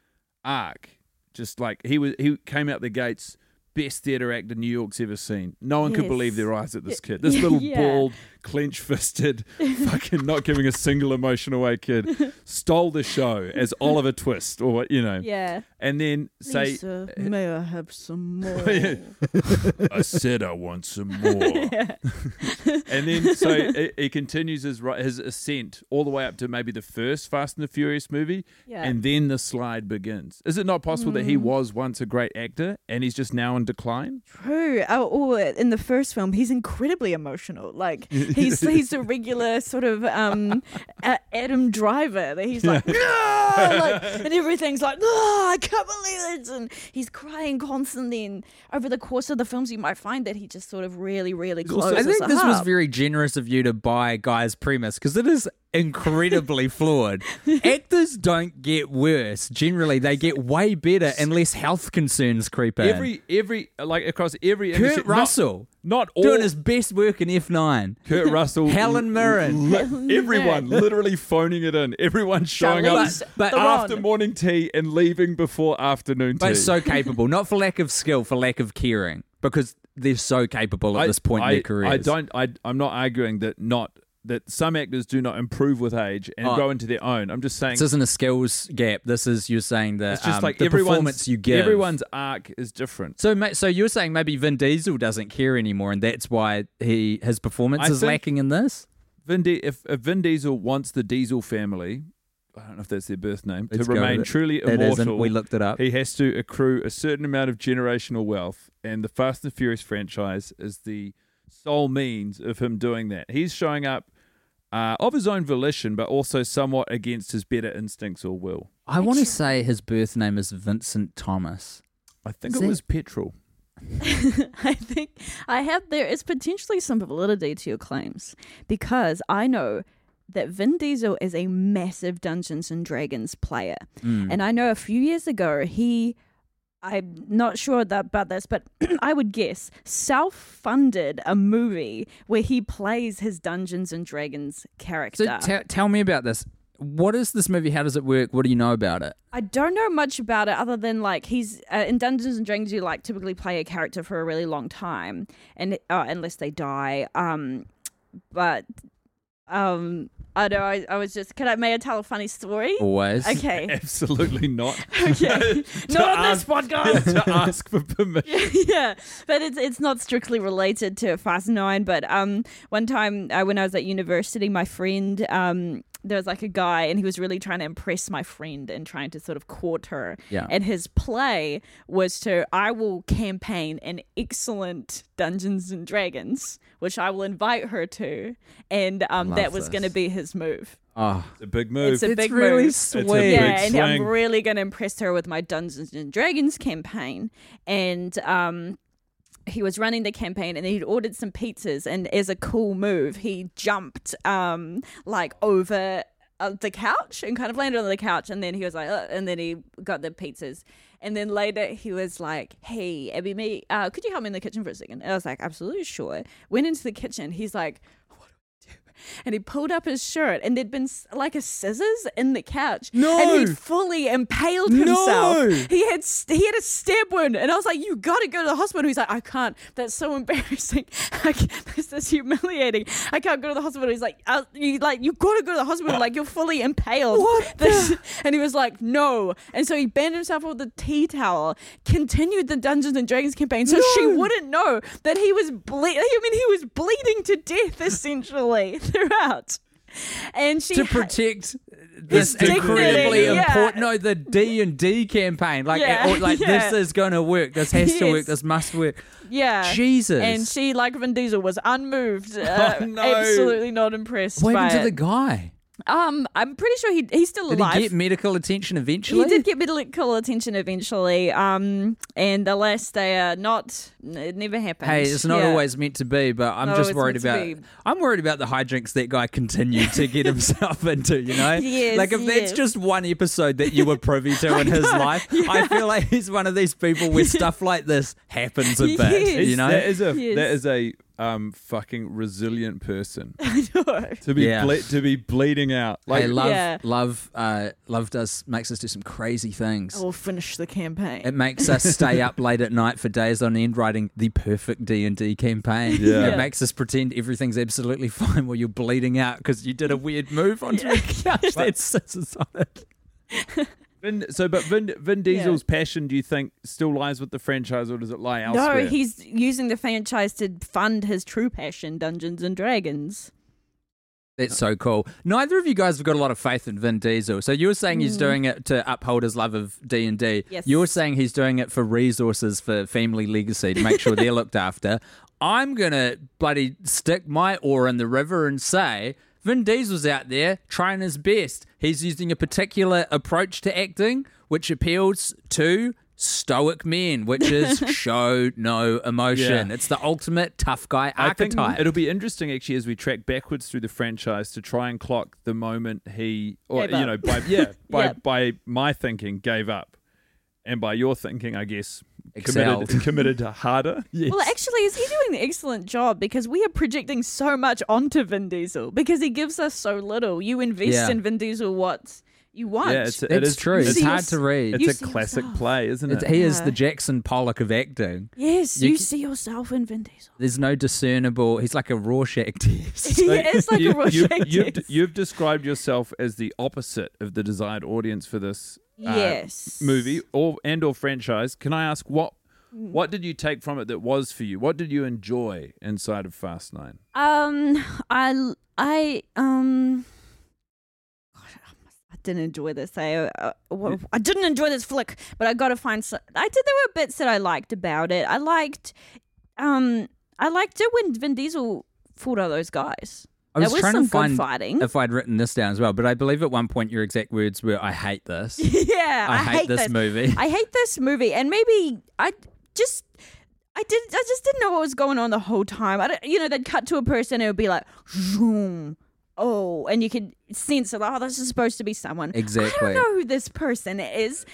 [SPEAKER 2] arc. Just like he was, he came out the gates best theater actor New York's ever seen. No one could
[SPEAKER 4] Yes.
[SPEAKER 2] believe their eyes at this kid. This little
[SPEAKER 4] Yeah.
[SPEAKER 2] bald, clench fisted, fucking not giving a single emotion away kid stole the show as Oliver Twist or what you know.
[SPEAKER 4] yeah.
[SPEAKER 2] And then say,
[SPEAKER 4] Lisa,
[SPEAKER 3] uh,
[SPEAKER 4] may I have some more?
[SPEAKER 2] I said I want some more. and then so he- he continues his ri- his ascent all the way up to maybe the first Fast and the Furious movie,
[SPEAKER 4] Yeah.
[SPEAKER 2] and then the slide begins. Is it not possible that
[SPEAKER 3] Mm.
[SPEAKER 2] he was once a great actor and he's just now in decline?
[SPEAKER 4] True. Oh, oh, in the first film, he's incredibly emotional. Like he's he's a regular sort of um, a- Adam Driver. That he's like, no, like, and everything's like, no, I can't believe it, and he's crying constantly. And over the course of the films, you might find that he just sort of really, really
[SPEAKER 2] also-
[SPEAKER 4] closes
[SPEAKER 3] I think this was
[SPEAKER 4] up.
[SPEAKER 3] very generous of you to buy Guy's premise because it is incredibly flawed. Actors don't get worse. Generally, they get way better unless health concerns creep in.
[SPEAKER 2] Every every like across every
[SPEAKER 3] Kurt
[SPEAKER 2] industry- not-
[SPEAKER 3] Russell
[SPEAKER 2] not, all
[SPEAKER 3] doing his best work in F9.
[SPEAKER 2] Kurt Russell,
[SPEAKER 3] Helen Mirren.
[SPEAKER 2] li- everyone literally phoning it in. Everyone showing up
[SPEAKER 3] Charlize But- Theron.
[SPEAKER 2] after morning tea and leaving before afternoon tea.
[SPEAKER 3] But so capable, not for lack of skill, for lack of caring, because they're so capable at this point
[SPEAKER 2] I,
[SPEAKER 3] in their careers.
[SPEAKER 2] I don't. I, I'm not arguing that not that some actors do not improve with age and
[SPEAKER 3] Oh.
[SPEAKER 2] grow into their own. I'm just saying
[SPEAKER 3] This isn't a skills gap. This is you're saying that
[SPEAKER 2] it's just
[SPEAKER 3] um,
[SPEAKER 2] like
[SPEAKER 3] the
[SPEAKER 2] everyone's
[SPEAKER 3] performance you give.
[SPEAKER 2] Everyone's arc is different.
[SPEAKER 3] So, ma- so you're saying maybe Vin Diesel doesn't care anymore, and that's why he his performance
[SPEAKER 2] I
[SPEAKER 3] is
[SPEAKER 2] think-
[SPEAKER 3] lacking in this.
[SPEAKER 2] Vin Di- if, if Vin Diesel wants the Diesel family, I don't know if that's their birth name,
[SPEAKER 3] Let's
[SPEAKER 2] to
[SPEAKER 3] go with
[SPEAKER 2] remain
[SPEAKER 3] it.
[SPEAKER 2] truly
[SPEAKER 3] It
[SPEAKER 2] immortal.
[SPEAKER 3] isn't. We looked it up.
[SPEAKER 2] He has to accrue a certain amount of generational wealth, and the Fast and Furious franchise is the sole means of him doing that. He's showing up uh, of his own volition, but also somewhat against his better instincts or will.
[SPEAKER 3] I want to say his birth name is Vincent Thomas.
[SPEAKER 2] I think
[SPEAKER 3] Is
[SPEAKER 2] it
[SPEAKER 3] it-
[SPEAKER 2] was petrol.
[SPEAKER 4] I think I have there is potentially some validity to your claims because I know that Vin Diesel is a massive Dungeons and Dragons player.
[SPEAKER 3] Hmm. Mm.
[SPEAKER 4] And I know a few years ago he I'm not sure that about this, but I would guess self-funded a movie where he plays his Dungeons and Dragons character.
[SPEAKER 3] So, te- tell me about this. What is this movie? How does it work? What do you know about it?
[SPEAKER 4] I don't know much about it other than like he's uh, in Dungeons and Dragons. You like typically play a character for a really long time, and uh, unless they die. Um, but um, I know I, I was just can I may I tell a funny story?
[SPEAKER 3] Always.
[SPEAKER 4] Okay,
[SPEAKER 2] Absolutely not.
[SPEAKER 4] okay, not on
[SPEAKER 2] ask-
[SPEAKER 4] this podcast.
[SPEAKER 2] to ask for permission.
[SPEAKER 4] yeah, but it's it's not strictly related to Fast Nine. But um, one time uh, when I was at university, my friend um. There was like a guy, and he was really trying to impress my friend and trying to sort of court her.
[SPEAKER 3] Yeah.
[SPEAKER 4] And his play was to I will campaign an excellent Dungeons and Dragons, which I will invite her to, and um, that was going to be his move.
[SPEAKER 3] Oh,
[SPEAKER 2] It's a big move.
[SPEAKER 4] It's a big
[SPEAKER 3] really
[SPEAKER 4] move.
[SPEAKER 3] sweet.
[SPEAKER 2] It's a big
[SPEAKER 4] Yeah, and
[SPEAKER 2] swing.
[SPEAKER 4] I'm really going to impress her with my Dungeons and Dragons campaign. And um, he was running the campaign and he'd ordered some pizzas. And as a cool move, he jumped um, like over uh, the couch and kind of landed on the couch. And then he was like, "Ugh," and then he got the pizzas. And then later he was like, hey, Abby, me, uh, could you help me in the kitchen for a second? And I was like, absolutely sure. Went into the kitchen. He's like, and he pulled up his shirt and there'd been s- like a scissors in the couch
[SPEAKER 3] No.
[SPEAKER 4] and he fully impaled himself
[SPEAKER 3] No.
[SPEAKER 4] he had s- he had a stab wound and i was like you gotta go to the hospital he's like i can't that's so embarrassing I can't- this is humiliating i can't go to the hospital he's like "Uh, you like you gotta go to the hospital like you're fully impaled what this and he was like no and so he banned himself with a tea towel continued the dungeons and dragons campaign so she wouldn't know that he was ble- i mean he was bleeding to death essentially throughout and she
[SPEAKER 3] to
[SPEAKER 4] ha-
[SPEAKER 3] protect this
[SPEAKER 4] dignity,
[SPEAKER 3] incredibly
[SPEAKER 4] yeah.
[SPEAKER 3] important no the D and D campaign like
[SPEAKER 4] Yeah,
[SPEAKER 3] it- or, like
[SPEAKER 4] yeah.
[SPEAKER 3] this is going to work this has to work
[SPEAKER 4] Yes.
[SPEAKER 3] this must work
[SPEAKER 4] Yeah.
[SPEAKER 3] Jesus.
[SPEAKER 4] And she, like Vin Diesel, was
[SPEAKER 3] Oh,
[SPEAKER 4] unmoved. Uh,
[SPEAKER 2] no.
[SPEAKER 4] Absolutely not impressed.
[SPEAKER 3] what
[SPEAKER 4] by
[SPEAKER 3] happened to the
[SPEAKER 4] it.
[SPEAKER 3] guy
[SPEAKER 4] Um, I'm pretty sure he he's still
[SPEAKER 3] did
[SPEAKER 4] alive.
[SPEAKER 3] he get medical attention eventually
[SPEAKER 4] He did get medical attention eventually. Um, and alas, they are not. It never happened.
[SPEAKER 3] Hey, it's not
[SPEAKER 4] Yeah.
[SPEAKER 3] always meant to be, but I'm
[SPEAKER 4] No,
[SPEAKER 3] just
[SPEAKER 4] it's
[SPEAKER 3] worried
[SPEAKER 4] meant
[SPEAKER 3] about.
[SPEAKER 4] to be.
[SPEAKER 3] I'm worried about the hijinks that guy continued to get himself into. You know,
[SPEAKER 4] Yes,
[SPEAKER 3] like if
[SPEAKER 4] yes.
[SPEAKER 3] that's just one episode that you were privy to in his life, I feel like he's one of these people where stuff like this happens a bit.
[SPEAKER 4] Yes.
[SPEAKER 3] You know,
[SPEAKER 2] that is a
[SPEAKER 4] Yes.
[SPEAKER 2] that is a um fucking resilient person
[SPEAKER 4] No.
[SPEAKER 2] to be
[SPEAKER 3] Yeah.
[SPEAKER 2] ble- to be bleeding out like
[SPEAKER 3] Hey, love,
[SPEAKER 4] Yeah.
[SPEAKER 3] love, uh, love does makes us do some crazy things.
[SPEAKER 4] I will finish the campaign.
[SPEAKER 3] It makes us stay up late at night for days on end writing the perfect D and D campaign.
[SPEAKER 2] Yeah.
[SPEAKER 3] It makes us pretend everything's absolutely fine while you're bleeding out because you did a weird move onto a couch that scissors on it.
[SPEAKER 2] Vin, so, but Vin, Vin Diesel's passion, do you think, still lies with the franchise, or does it lie
[SPEAKER 4] no,
[SPEAKER 2] elsewhere?
[SPEAKER 4] he's using the franchise to fund his true passion, Dungeons and Dragons.
[SPEAKER 3] That's so cool. Neither of you guys have got a lot of faith in Vin Diesel. So you were saying
[SPEAKER 2] Mm.
[SPEAKER 3] he's doing it to uphold his love of D and D.
[SPEAKER 4] Yes.
[SPEAKER 3] You're saying he's doing it for resources for family legacy to make sure they're looked after. I'm gonna bloody stick my oar in the river and say Vin Diesel's out there trying his best. He's using a particular approach to acting which appeals to stoic men, which is show no emotion.
[SPEAKER 2] Yeah.
[SPEAKER 3] It's the ultimate tough guy
[SPEAKER 2] I think
[SPEAKER 3] archetype.
[SPEAKER 2] it'll be interesting actually as we track backwards through the franchise to try and clock the moment he or
[SPEAKER 4] Gave up.
[SPEAKER 2] you know by yeah by
[SPEAKER 4] Yeah.
[SPEAKER 2] by my thinking gave up and by your thinking I guess
[SPEAKER 3] Excelled.
[SPEAKER 2] committed committed to harder. Yes.
[SPEAKER 4] Well, actually, is he doing an excellent job because we are projecting so much onto Vin Diesel because he gives us so little. You invest
[SPEAKER 3] Yeah.
[SPEAKER 4] in Vin Diesel what you want.
[SPEAKER 2] yeah, it's, it
[SPEAKER 3] It's
[SPEAKER 2] is-
[SPEAKER 3] true.
[SPEAKER 4] You
[SPEAKER 3] It's
[SPEAKER 4] see
[SPEAKER 3] hard
[SPEAKER 4] yours-
[SPEAKER 3] to read.
[SPEAKER 4] you
[SPEAKER 2] It's
[SPEAKER 4] see
[SPEAKER 2] a classic
[SPEAKER 4] yourself.
[SPEAKER 2] play, isn't
[SPEAKER 3] It's-
[SPEAKER 2] it?
[SPEAKER 3] he is
[SPEAKER 4] Yeah.
[SPEAKER 3] the Jackson Pollock of acting.
[SPEAKER 4] yes,
[SPEAKER 3] You
[SPEAKER 4] you,
[SPEAKER 3] c-
[SPEAKER 4] see yourself in Vin Diesel.
[SPEAKER 3] There's no discernible. He's like a Rorschach test.
[SPEAKER 4] he is like a Rorschach
[SPEAKER 2] you've,
[SPEAKER 4] test.
[SPEAKER 2] you've described yourself as the opposite of the desired audience for this uh,
[SPEAKER 4] Yes.
[SPEAKER 2] movie or and or franchise. Can I ask what what did you take from it that was for you? What did you enjoy inside of Fast Nine?
[SPEAKER 4] Um, I, I, um, God, I must- I didn't enjoy this. I, uh,
[SPEAKER 3] Mm.
[SPEAKER 4] well, I didn't enjoy this flick, but I got to find. So- I did. There were bits that I liked about it. I liked, um, I liked it when Vin Diesel fought all those guys.
[SPEAKER 3] I was
[SPEAKER 4] there was
[SPEAKER 3] trying
[SPEAKER 4] some
[SPEAKER 3] to find
[SPEAKER 4] good fighting.
[SPEAKER 3] if I'd written this down as well, but I believe at one point your exact words were, "I hate this.
[SPEAKER 4] yeah,
[SPEAKER 3] I, hate, this, movie."
[SPEAKER 4] I hate this movie, and maybe I just. I did. I just didn't know what was going on the whole time. I, don't- you know, they'd cut to a person, and it would be like, zoom, oh, and you could sense it. Like, oh, this is supposed to be someone. I
[SPEAKER 3] Exactly.
[SPEAKER 4] don't know who this person is,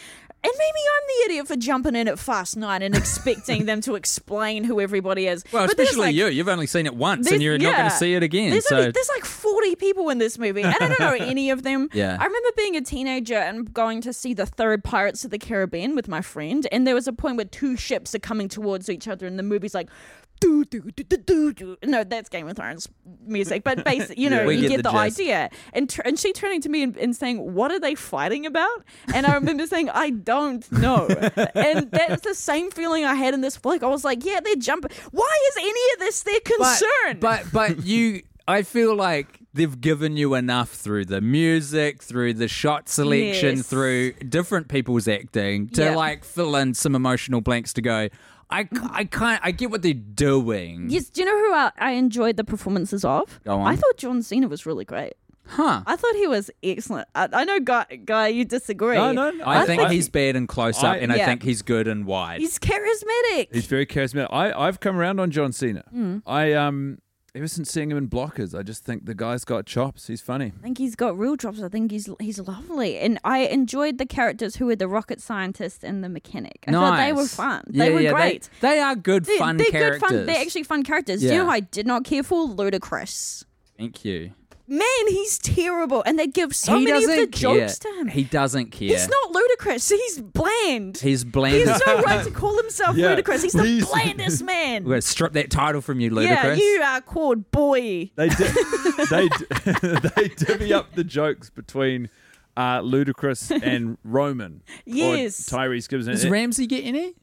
[SPEAKER 4] and maybe I'm the idiot for jumping in at fast night and expecting them to explain who everybody is.
[SPEAKER 3] well,
[SPEAKER 4] But there's,
[SPEAKER 3] especially
[SPEAKER 4] like,
[SPEAKER 3] you. You've only seen it once,
[SPEAKER 4] there's-
[SPEAKER 3] and you're not going
[SPEAKER 4] yeah.
[SPEAKER 3] to see it again.
[SPEAKER 4] There's,
[SPEAKER 3] So
[SPEAKER 4] only, there's like 40 people in this movie, and I don't know any of them.
[SPEAKER 3] Yeah.
[SPEAKER 4] I remember being a teenager and going to see the third Pirates of the Caribbean with my friend, and there was a point where two ships are coming towards each other, and the movie's like, do, do, do, do, do, do. No, that's Game of Thrones music, but basically, you know,
[SPEAKER 3] We
[SPEAKER 4] you
[SPEAKER 3] get
[SPEAKER 4] get,
[SPEAKER 3] the
[SPEAKER 4] the,
[SPEAKER 3] gist.
[SPEAKER 4] idea. And, tr- and she turning to me and, and saying, What are they fighting about? And I remember saying, I don't know. and that's the same feeling I had in this flick. I was like, Yeah, they're jumping. Why is any of this their concern?
[SPEAKER 3] But but you, I feel like they've given you enough through the music, through the shot selection,
[SPEAKER 4] Yes.
[SPEAKER 3] through different people's acting to
[SPEAKER 4] Yeah.
[SPEAKER 3] like fill in some emotional blanks to go. I, I can't. I get what they're doing.
[SPEAKER 4] Yes, do you know who I, I enjoyed the performances of?
[SPEAKER 3] Go on.
[SPEAKER 4] I thought John Cena was really great.
[SPEAKER 3] Huh.
[SPEAKER 4] I thought he was excellent. I, I know, guy, guy, you disagree.
[SPEAKER 2] No, no, no.
[SPEAKER 3] I,
[SPEAKER 2] I
[SPEAKER 3] think
[SPEAKER 2] think-
[SPEAKER 3] he's bad in close up,
[SPEAKER 2] I-
[SPEAKER 3] and I
[SPEAKER 4] Yeah.
[SPEAKER 3] think he's good in wide.
[SPEAKER 4] He's charismatic.
[SPEAKER 2] He's very charismatic. I, I've come around on John Cena.
[SPEAKER 3] Mm.
[SPEAKER 2] I um ever since seeing him in Blockers, I just think the guy's got chops. He's funny.
[SPEAKER 4] I think he's got real drops. I think he's he's lovely, and I enjoyed the characters who were the rocket scientist and the mechanic. I thought they were
[SPEAKER 3] Nice.
[SPEAKER 4] fun.
[SPEAKER 3] Yeah,
[SPEAKER 4] they were
[SPEAKER 3] yeah,
[SPEAKER 4] great.
[SPEAKER 3] They, are good,
[SPEAKER 4] They,
[SPEAKER 3] fun
[SPEAKER 4] are
[SPEAKER 3] characters.
[SPEAKER 4] good fun. They're actually fun characters. Do
[SPEAKER 3] Yeah.
[SPEAKER 4] you know who I did not care for? Ludacris.
[SPEAKER 3] Thank you.
[SPEAKER 4] Man, he's terrible, and they give so
[SPEAKER 3] he
[SPEAKER 4] many of
[SPEAKER 3] doesn't
[SPEAKER 4] the
[SPEAKER 3] care.
[SPEAKER 4] jokes to him.
[SPEAKER 3] He doesn't care.
[SPEAKER 4] He's not ludicrous. He's bland.
[SPEAKER 3] He's bland.
[SPEAKER 4] He's no right to call himself
[SPEAKER 2] uh, Yeah.
[SPEAKER 4] ludicrous. He's the
[SPEAKER 2] He's-
[SPEAKER 4] blandest man.
[SPEAKER 3] We're gonna strip that title from you, Ludacris.
[SPEAKER 4] yeah, you are called boy.
[SPEAKER 2] They di- they di- they divvy up the jokes between uh, Ludacris and Roman.
[SPEAKER 4] Yes.
[SPEAKER 2] Or Tyrese Gibson.
[SPEAKER 3] Does Ramsey get any?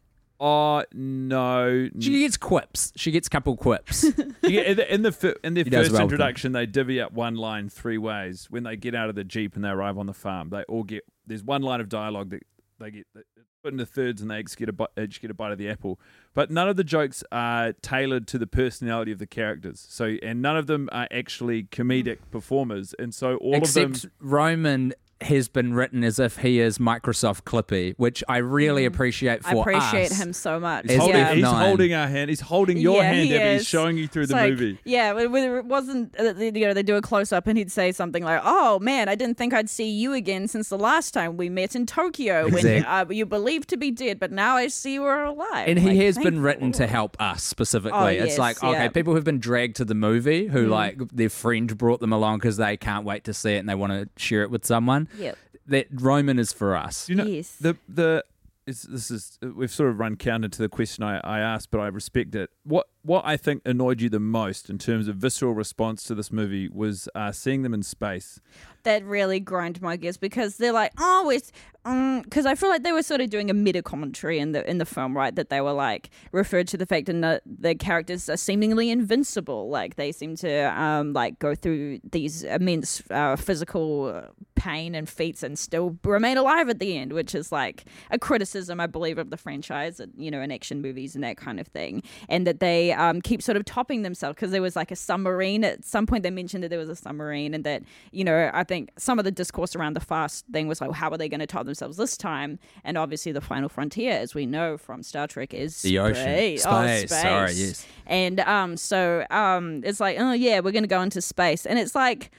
[SPEAKER 2] oh no!
[SPEAKER 3] She gets quips. She gets couple quips.
[SPEAKER 2] Yeah, in, the, in, the, fir- in their
[SPEAKER 3] does
[SPEAKER 2] first
[SPEAKER 3] well with them.
[SPEAKER 2] introduction, they divvy up one line three ways. When they get out of the jeep and they arrive on the farm, they all get there's one line of dialogue that they get that- it's put into thirds, and they each get a bite, each get a bite of the apple. But none of the jokes are tailored to the personality of the characters. So, and none of them are actually comedic performers, and so all of
[SPEAKER 3] Except
[SPEAKER 2] them.
[SPEAKER 3] Roman has been written as if he is Microsoft Clippy, which I really appreciate
[SPEAKER 4] Mm. I
[SPEAKER 3] for
[SPEAKER 4] appreciate
[SPEAKER 3] us.
[SPEAKER 4] him so much.
[SPEAKER 3] He's
[SPEAKER 2] Holding,
[SPEAKER 3] yeah.
[SPEAKER 2] He's
[SPEAKER 3] Nine.
[SPEAKER 2] holding our hand. He's holding your
[SPEAKER 4] Yeah,
[SPEAKER 2] hand,
[SPEAKER 4] he
[SPEAKER 2] Debbie. He's
[SPEAKER 4] is.
[SPEAKER 2] showing you through
[SPEAKER 4] It's
[SPEAKER 2] the
[SPEAKER 4] like-
[SPEAKER 2] movie.
[SPEAKER 4] Yeah, wh- whether it wasn't, uh, you know, they do a close up and he'd say something like, "Oh man, I didn't think I'd see you again since the last time we met in Tokyo when
[SPEAKER 3] Exact-
[SPEAKER 4] uh, you believed to be dead, but now I see you are alive."
[SPEAKER 3] And he
[SPEAKER 4] Like,
[SPEAKER 3] has been
[SPEAKER 4] thank-
[SPEAKER 3] written to help us specifically.
[SPEAKER 4] Oh,
[SPEAKER 3] it's
[SPEAKER 4] yes,
[SPEAKER 3] like, okay,
[SPEAKER 4] yeah. Mm.
[SPEAKER 3] people who've been dragged to the movie who, like, their friend brought them along because they can't wait to see it and they want to share it with someone.
[SPEAKER 4] Yep.
[SPEAKER 3] That Roman is for us.
[SPEAKER 2] Do you know
[SPEAKER 4] Yes.
[SPEAKER 2] the the it's, this is uh, we've sort of run counter to the question I, I asked, but I respect it. What what I think annoyed you the most in terms of visceral response to this movie was uh, seeing them in space.
[SPEAKER 4] that really grind my gears because they're like, oh, it's because I feel like they were sort of doing a meta commentary in the in the film, right? That they were like referred to the fact and the, the characters are seemingly invincible, like they seem to um like go through these immense uh, physical pain and feats and still remain alive at the end, which is like a criticism, I believe, of the franchise, and, you know, in action movies and that kind of thing, and that they um, keep sort of topping themselves because there was like a submarine at some point. They mentioned that there was a submarine, and that you know, I think some of the discourse around the fast thing was like, how are they going to top themselves this time? And obviously, the final frontier, as we know from Star Trek, is
[SPEAKER 3] The ocean.
[SPEAKER 4] space. Oh,
[SPEAKER 3] Space. Sorry,
[SPEAKER 4] space.
[SPEAKER 3] yes.
[SPEAKER 4] And um, so um, it's like, oh yeah, we're going to go into space, and it's like.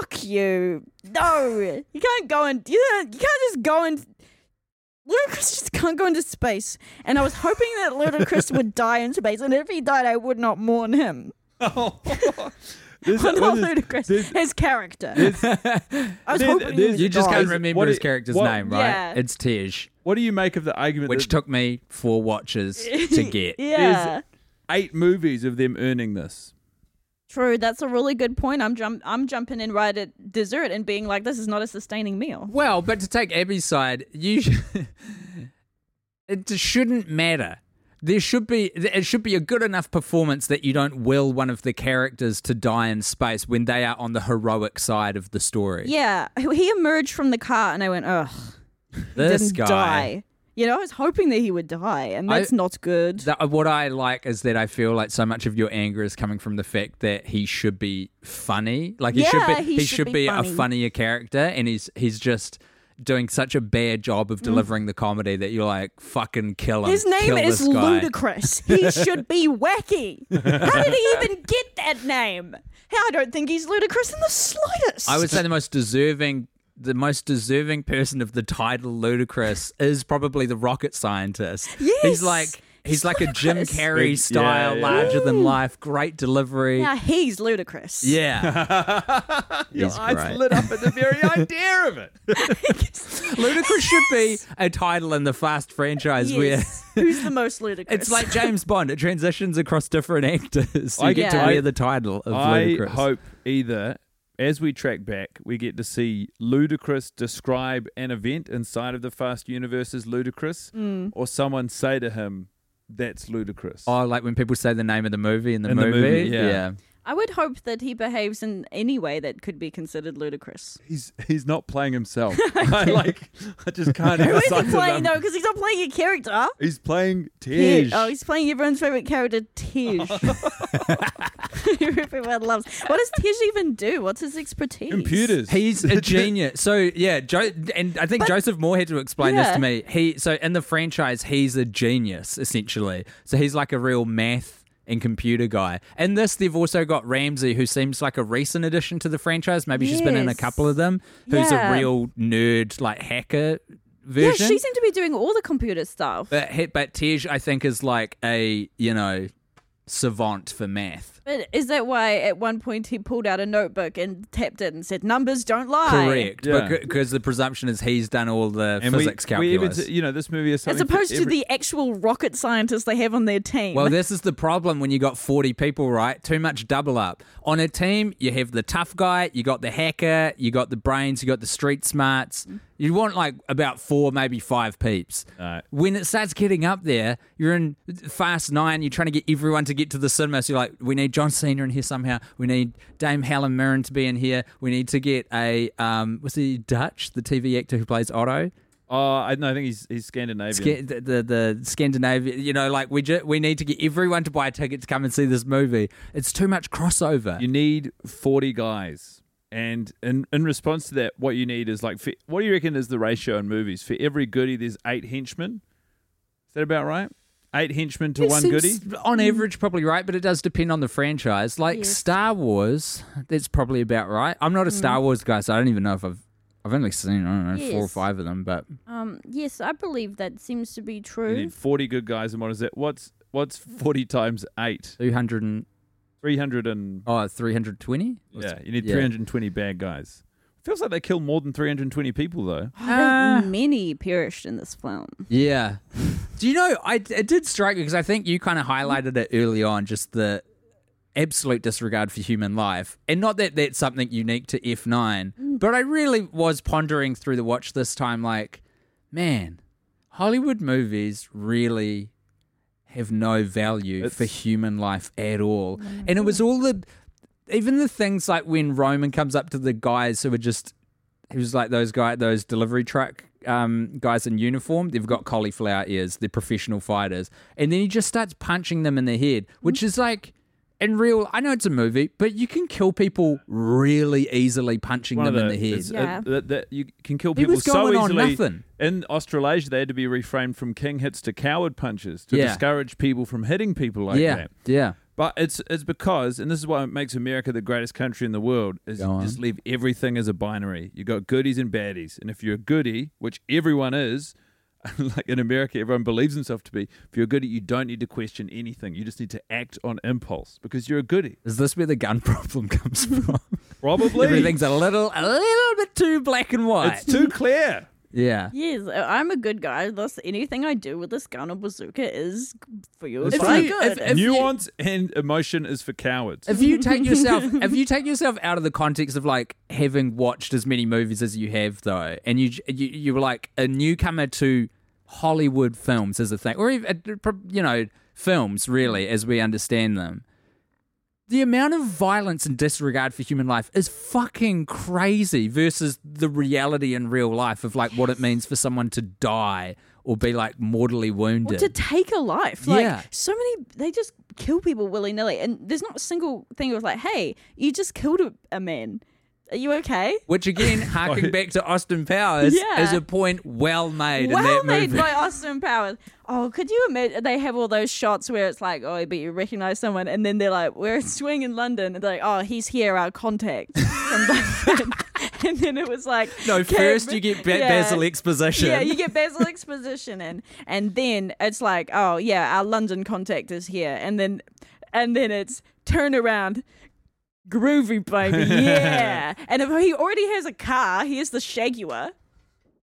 [SPEAKER 4] Fuck you! No, you can't go and you can't you can't just go and Ludacris just can't go into space. And I was hoping that Ludacris would die in space, and if he died, I would not mourn him.
[SPEAKER 2] Oh. This-
[SPEAKER 4] Well, not
[SPEAKER 2] this-
[SPEAKER 4] Ludacris,
[SPEAKER 2] this-
[SPEAKER 4] his character. I was
[SPEAKER 2] this- this-
[SPEAKER 4] hoping he would
[SPEAKER 3] You just
[SPEAKER 4] die.
[SPEAKER 3] can't remember
[SPEAKER 2] What
[SPEAKER 3] his
[SPEAKER 2] i-
[SPEAKER 3] character's
[SPEAKER 2] what-
[SPEAKER 3] name, right?
[SPEAKER 4] Yeah.
[SPEAKER 3] It's Tej,
[SPEAKER 2] What do you make of the argument
[SPEAKER 3] which
[SPEAKER 2] Which
[SPEAKER 3] took me four watches to get.
[SPEAKER 4] Yeah,
[SPEAKER 2] eight movies of them earning this?
[SPEAKER 4] true. That's a really good point. I'm jump. I'm jumping in right at dessert and being like, "This is not a sustaining meal."
[SPEAKER 3] Well, but to take Abby's side, you sh- it just shouldn't matter. There should be it should be a good enough performance that you don't will one of the characters to die in space when they are on the heroic side of the story.
[SPEAKER 4] Yeah, he emerged from the car, and I went, "Ugh, he
[SPEAKER 3] this
[SPEAKER 4] didn't
[SPEAKER 3] guy.
[SPEAKER 4] die." You know, I was hoping that he would die, and
[SPEAKER 3] I-
[SPEAKER 4] that's not good.
[SPEAKER 3] That, uh, what I like is that I feel like so much of your anger is coming from the fact that he should be funny. Like he should
[SPEAKER 4] Yeah,
[SPEAKER 3] be
[SPEAKER 4] he should
[SPEAKER 3] should,
[SPEAKER 4] be
[SPEAKER 3] be,
[SPEAKER 4] funny.
[SPEAKER 3] a funnier character and he's he's just doing such a bad job of delivering the comedy that you're like fucking kill him.
[SPEAKER 4] Mm. His name
[SPEAKER 3] kill
[SPEAKER 4] is
[SPEAKER 3] this guy.
[SPEAKER 4] Ludacris. He should be wacky. How did he even get that name? I don't think he's ludicrous in the slightest.
[SPEAKER 3] I would say the most deserving the most deserving person of the title ludicrous is probably the rocket scientist.
[SPEAKER 4] Yes.
[SPEAKER 3] He's like he's like a Jim
[SPEAKER 4] Ludicrous.
[SPEAKER 3] Carrey
[SPEAKER 2] Big-
[SPEAKER 3] style,
[SPEAKER 2] yeah, yeah.
[SPEAKER 3] larger than
[SPEAKER 4] Mm.
[SPEAKER 3] life, great delivery.
[SPEAKER 4] Now he's ludicrous.
[SPEAKER 3] Yeah.
[SPEAKER 2] Your
[SPEAKER 3] He's
[SPEAKER 2] eyes
[SPEAKER 3] great.
[SPEAKER 2] lit up at the very idea of it.
[SPEAKER 3] Ludicrous should be a title in the Fast franchise where
[SPEAKER 4] Yes. Who's the most ludicrous?
[SPEAKER 3] it's like James Bond. It transitions across different actors. So you
[SPEAKER 2] I-
[SPEAKER 3] get to
[SPEAKER 4] Yeah.
[SPEAKER 3] wear the title of
[SPEAKER 2] I
[SPEAKER 3] Ludicrous.
[SPEAKER 2] hope either as we track back, we get to see Ludacris describe an event inside of the Fast universe as ludicrous,
[SPEAKER 4] Mm.
[SPEAKER 2] or someone say to him, "That's ludicrous."
[SPEAKER 3] Oh, like when people say the name of the movie in the
[SPEAKER 2] In the
[SPEAKER 3] movie.
[SPEAKER 2] movie, yeah.
[SPEAKER 4] I would hope that he behaves in any way that could be considered ludicrous.
[SPEAKER 2] He's he's not playing himself. I like. I just can't.
[SPEAKER 4] Who is
[SPEAKER 2] emphasize
[SPEAKER 4] he
[SPEAKER 2] it
[SPEAKER 4] playing
[SPEAKER 2] enough.
[SPEAKER 4] though? Because he's not playing a character.
[SPEAKER 2] He's playing Tej.
[SPEAKER 4] Tej. Oh, he's playing everyone's favorite character, Tej. Everyone loves. What does Tej even do? What's his expertise?
[SPEAKER 2] Computers.
[SPEAKER 3] He's a genius. So yeah, jo- and I think Joseph Moore had to explain this
[SPEAKER 4] Yeah.
[SPEAKER 3] to me. He so in the franchise, he's a genius essentially. So he's like a real math and computer guy. In this, they've also got Ramsey, who seems like a recent addition to the franchise. Maybe she's been in a
[SPEAKER 4] Yes.
[SPEAKER 3] couple of them. Who's
[SPEAKER 4] Yeah.
[SPEAKER 3] a real nerd, like hacker
[SPEAKER 4] Yeah,
[SPEAKER 3] version.
[SPEAKER 4] she seemed to be doing all the computer stuff.
[SPEAKER 3] but he- but Tej, I think, is like a you know savant for math.
[SPEAKER 4] But is that why at one point he pulled out a notebook and tapped it and said, "Numbers don't lie."
[SPEAKER 3] Correct,
[SPEAKER 2] Yeah.
[SPEAKER 3] because the presumption is he's done all the physics
[SPEAKER 2] we, we even,
[SPEAKER 3] calculus.
[SPEAKER 2] t- you know, this movie is
[SPEAKER 4] As
[SPEAKER 2] something for
[SPEAKER 4] opposed to
[SPEAKER 2] every-
[SPEAKER 4] the actual rocket scientists they have on their team.
[SPEAKER 3] Well, this is the problem when you got 40 people, right? Too much double up. On a team, you have the tough guy, you got the hacker, you got the brains, you got the street smarts. You want like about four, maybe five peeps.
[SPEAKER 2] Right.
[SPEAKER 3] When it starts getting up there, you're in Fast Nine, you're trying to get everyone to get to the cinema. So you're like, we need John Cena in here somehow. We need Dame Helen Mirren to be in here. We need to get a, um, was he Dutch, the TV actor who plays Otto?
[SPEAKER 2] Oh, I, no, I think he's he's Scandinavian.
[SPEAKER 3] Sca- the, the the Scandinavia, you know, like we ju- we need to get everyone to buy a ticket to come and see this movie. It's too much crossover.
[SPEAKER 2] you need 40 guys. And in, in response to that, what you need is like, for, what do you reckon is the ratio in movies? For every goody, there's eight henchmen. Is that about right? Eight henchmen to
[SPEAKER 3] It
[SPEAKER 2] one
[SPEAKER 3] seems
[SPEAKER 2] goody?
[SPEAKER 3] on average, probably right, but it does depend on the franchise. Like Star Wars, that's probably about right. I'm not a Star Wars guy, so I don't even know if I've I've only seen I don't know four or
[SPEAKER 4] Yes.
[SPEAKER 3] five of them, but
[SPEAKER 4] um, yes, I believe that seems to be
[SPEAKER 2] You
[SPEAKER 4] true.
[SPEAKER 2] need 40 good guys. And what is that? What's what's 40 times eight?
[SPEAKER 3] two hundred and
[SPEAKER 2] 300 and.
[SPEAKER 3] oh, 320?
[SPEAKER 2] Yeah, you need
[SPEAKER 3] yeah.
[SPEAKER 2] 320 bad guys. Feels like they kill more than 320 people, though.
[SPEAKER 4] Oh,
[SPEAKER 3] Uh,
[SPEAKER 4] many perished in this film.
[SPEAKER 3] Yeah. Do you know? I it did strike me because I think you kind of highlighted it early on, just the absolute disregard for human life, and not that that's something unique to F nine, but I really was pondering through the watch this time, like, man, Hollywood movies really have no value for human life at all, and it was all the even the things like when Roman comes up to the guys who are just he was like those guy those delivery truck um, guys in uniform. They've got cauliflower ears. They're professional fighters, and then he just starts punching them in the head, which is like. in real, I know it's a movie, but you can kill people really easily, punching
[SPEAKER 2] One of
[SPEAKER 3] them in
[SPEAKER 2] the-
[SPEAKER 3] the head.
[SPEAKER 2] it's-
[SPEAKER 4] Yeah.
[SPEAKER 2] it- that, that you can kill
[SPEAKER 3] He
[SPEAKER 2] people
[SPEAKER 3] was
[SPEAKER 2] so
[SPEAKER 3] going on
[SPEAKER 2] easily.
[SPEAKER 3] nothing.
[SPEAKER 2] In Australasia, they had to be reframed from king hits to coward punches to
[SPEAKER 3] Yeah.
[SPEAKER 2] discourage people from hitting people like
[SPEAKER 3] yeah,
[SPEAKER 2] that.
[SPEAKER 3] yeah.
[SPEAKER 2] But it's it's because, and this is what makes America the greatest country in the world, is
[SPEAKER 3] Go
[SPEAKER 2] you
[SPEAKER 3] on.
[SPEAKER 2] just leave everything as a binary. You got goodies and baddies, and if you're a goodie, which everyone is, like in America, everyone believes himself to be. If you're a goodie, you don't need to question anything. You just need to act on impulse because you're a goodie.
[SPEAKER 3] Is this where the gun problem comes from?
[SPEAKER 2] Probably
[SPEAKER 3] Everything's a little, a little bit too black and white.
[SPEAKER 2] it's too clear.
[SPEAKER 3] yeah.
[SPEAKER 4] Yes, I- I'm a good guy. Thus, anything I do with this gun or bazooka is for you.
[SPEAKER 3] It's
[SPEAKER 4] It's
[SPEAKER 3] like-
[SPEAKER 4] like good.
[SPEAKER 3] if- if- you-
[SPEAKER 2] Nuance and emotion is for cowards.
[SPEAKER 3] If you take yourself, if you take yourself out of the context of like having watched as many movies as you have, though, and you you, you were like a newcomer to Hollywood films as a thing, or even uh, pro- you know films really as we understand them, the amount of violence and disregard for human life is fucking crazy versus the reality in real life of like what it means for someone to die or be like mortally
[SPEAKER 4] Or
[SPEAKER 3] wounded.
[SPEAKER 4] to take a life. Like
[SPEAKER 3] Yeah.
[SPEAKER 4] so many they just kill people willy nilly. And there's not a single thing that was like, hey, you just killed a, a man. Are you okay?
[SPEAKER 3] Which again, harking back to Austin Powers,
[SPEAKER 4] Yeah.
[SPEAKER 3] is a point well made in
[SPEAKER 4] well
[SPEAKER 3] that
[SPEAKER 4] made
[SPEAKER 3] movie.
[SPEAKER 4] by Austin Powers. Oh, could you imagine? They have all those shots where it's like, oh, but you recognize someone, and then they're like, we're swing in London, and they're like, oh, he's here, our contact. from London. and then it was like,
[SPEAKER 3] No,
[SPEAKER 4] Cam-
[SPEAKER 3] first you get ba-
[SPEAKER 4] Yeah.
[SPEAKER 3] Basil exposition.
[SPEAKER 4] Yeah, you get Basil exposition in, and then it's like, oh yeah, our London contact is here, and then, and then it's turn around. Groovy baby, yeah. and if he already has a car, he has the Shagua.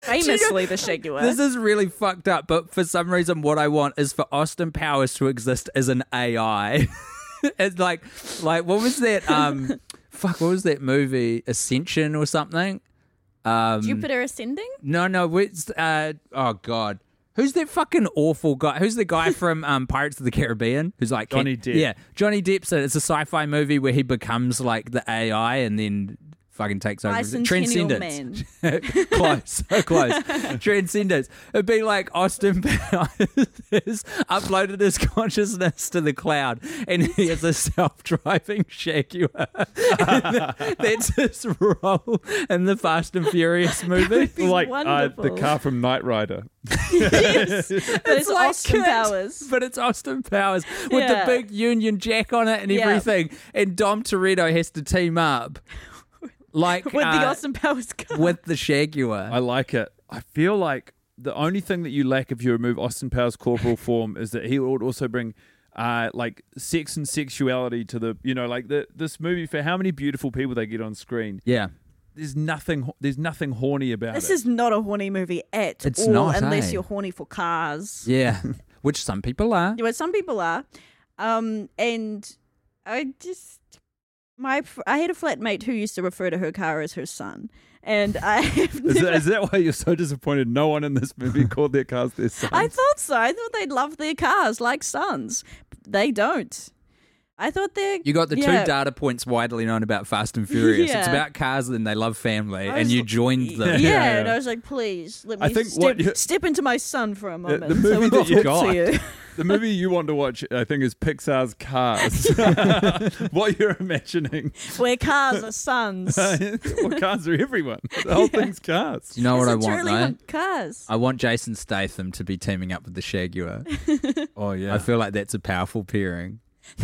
[SPEAKER 4] Famously, the Shagua.
[SPEAKER 3] this is really fucked up, but for some reason, what I want is for Austin Powers to exist as an AI. it's like, like what was that? Um, fuck, what was that movie? Ascension or something? Um,
[SPEAKER 4] Jupiter ascending?
[SPEAKER 3] No, no. It's, uh, oh God, who's that fucking awful guy? Who's the guy from um, Pirates of the Caribbean? Who's like
[SPEAKER 2] Johnny Depp.
[SPEAKER 3] Yeah, Johnny Depp's. in it. It's a sci-fi movie where he becomes like the AI and then fucking takes over.
[SPEAKER 4] Bicentennial
[SPEAKER 3] Transcendence. close, so close. Transcendence. It'd be like Austin Powers has uploaded his consciousness to the cloud, and he is a self-driving Jaguar. And That's his role in the Fast and Furious movie.
[SPEAKER 2] like uh, the
[SPEAKER 4] wonderful.
[SPEAKER 2] car from Knight Rider.
[SPEAKER 4] But it's
[SPEAKER 3] like
[SPEAKER 4] Austin
[SPEAKER 3] it,
[SPEAKER 4] Powers.
[SPEAKER 3] But it's Austin Powers with
[SPEAKER 4] Yeah.
[SPEAKER 3] the big Union Jack on it and
[SPEAKER 4] Yeah.
[SPEAKER 3] everything. And Dom Toretto has to team up. Like
[SPEAKER 4] With the
[SPEAKER 3] uh,
[SPEAKER 4] Austin Powers car.
[SPEAKER 3] with the Shagua.
[SPEAKER 4] Uh-huh.
[SPEAKER 2] I like it. I feel like the only thing that you lack if you remove Austin Powers' corporal form is that he would also bring. Uh, like sex and sexuality to the you know like the this movie for how many beautiful people they get on screen
[SPEAKER 3] yeah.
[SPEAKER 2] there's nothing there's nothing horny about
[SPEAKER 4] This
[SPEAKER 2] it
[SPEAKER 4] is not a horny movie at
[SPEAKER 3] It's
[SPEAKER 4] all,
[SPEAKER 3] not,
[SPEAKER 4] unless
[SPEAKER 3] eh?
[SPEAKER 4] you're horny for cars.
[SPEAKER 3] Yeah. Which some people are.
[SPEAKER 4] Yeah. Well, some people are. Um, and I just. My, fr- I had a flatmate who used to refer to her car as her son, and I have
[SPEAKER 2] is,
[SPEAKER 4] never-
[SPEAKER 2] that, is that why you're so disappointed no one in this movie called their cars their sons
[SPEAKER 4] I thought so. I thought they loved their cars like sons. They don't. I thought they.
[SPEAKER 3] You got the
[SPEAKER 4] yeah.
[SPEAKER 3] two data points widely known about Fast and Furious. It's
[SPEAKER 4] Yeah.
[SPEAKER 3] about cars and they love family,
[SPEAKER 4] I
[SPEAKER 3] and
[SPEAKER 4] was-
[SPEAKER 3] you joined
[SPEAKER 4] Yeah,
[SPEAKER 3] them.
[SPEAKER 4] and I was like, please let me
[SPEAKER 2] I think
[SPEAKER 4] step,
[SPEAKER 2] what you-
[SPEAKER 4] step into my son for a moment.
[SPEAKER 2] the movie that you
[SPEAKER 4] so we'll
[SPEAKER 2] got.
[SPEAKER 4] to you.
[SPEAKER 2] The movie you want to watch, I think, is Pixar's Cars. what you're imagining.
[SPEAKER 4] Where cars are sons.
[SPEAKER 2] well, cars are everyone. The whole thing's cars.
[SPEAKER 3] You know what I
[SPEAKER 4] It's
[SPEAKER 3] want,
[SPEAKER 4] really
[SPEAKER 3] though?
[SPEAKER 4] want cars.
[SPEAKER 3] I want Jason Statham to be teaming up with the Shagua.
[SPEAKER 2] Oh yeah.
[SPEAKER 3] I feel like that's a powerful pairing.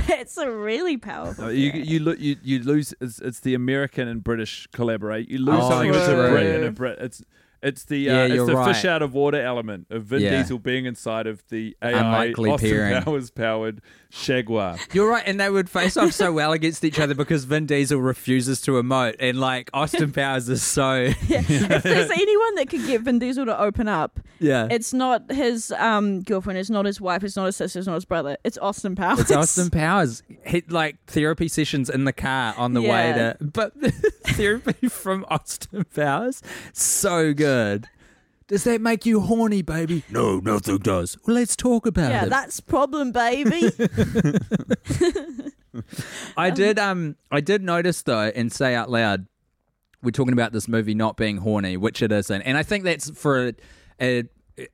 [SPEAKER 4] That's a really powerful.
[SPEAKER 2] Uh, you
[SPEAKER 4] thing.
[SPEAKER 2] you lo- you you lose. It's, it's the American and British collaborate. You lose
[SPEAKER 3] Oh,
[SPEAKER 2] something that's a
[SPEAKER 3] true.
[SPEAKER 2] Brit and a Brit. It's it's the uh,
[SPEAKER 3] Yeah,
[SPEAKER 2] it's
[SPEAKER 3] you're
[SPEAKER 2] the
[SPEAKER 3] right.
[SPEAKER 2] fish out of water element of Vin
[SPEAKER 3] Yeah.
[SPEAKER 2] Diesel being inside of the AI
[SPEAKER 3] Unlikely
[SPEAKER 2] Austin
[SPEAKER 3] pairing.
[SPEAKER 2] Powers powered Jaguar.
[SPEAKER 3] You're right, and they would face off so well against each other because Vin Diesel refuses to emote, and like Austin Powers is so
[SPEAKER 4] if there's anyone that could get Vin Diesel to open up,
[SPEAKER 3] yeah.
[SPEAKER 4] it's not his um, girlfriend, it's not his wife, it's not his sister, it's not his brother. It's Austin Powers.
[SPEAKER 3] It's Austin Powers hit like therapy sessions in the car on the
[SPEAKER 4] Yeah.
[SPEAKER 3] way to, but therapy from Austin Powers, so good. Does that make you horny, baby? No, nothing does. Well, let's talk about
[SPEAKER 4] Yeah,
[SPEAKER 3] it.
[SPEAKER 4] that's problem, baby.
[SPEAKER 3] I did um I did notice though and say out loud we're talking about this movie not being horny, which it isn't. And I think that's for a, a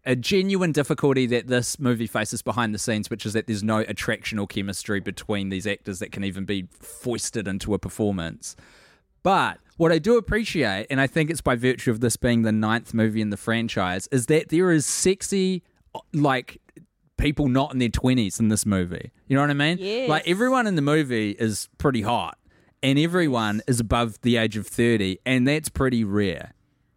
[SPEAKER 3] a genuine difficulty that this movie faces behind the scenes, which is that there's no attractional chemistry between these actors that can even be foisted into a performance. But what I do appreciate, and I think it's by virtue of this being the ninth movie in the franchise, is that there is sexy, like people not in their twenties in this movie. You know what I mean?
[SPEAKER 4] Yes.
[SPEAKER 3] Like everyone in the movie is pretty hot, and everyone is above the age of thirty, and that's pretty rare.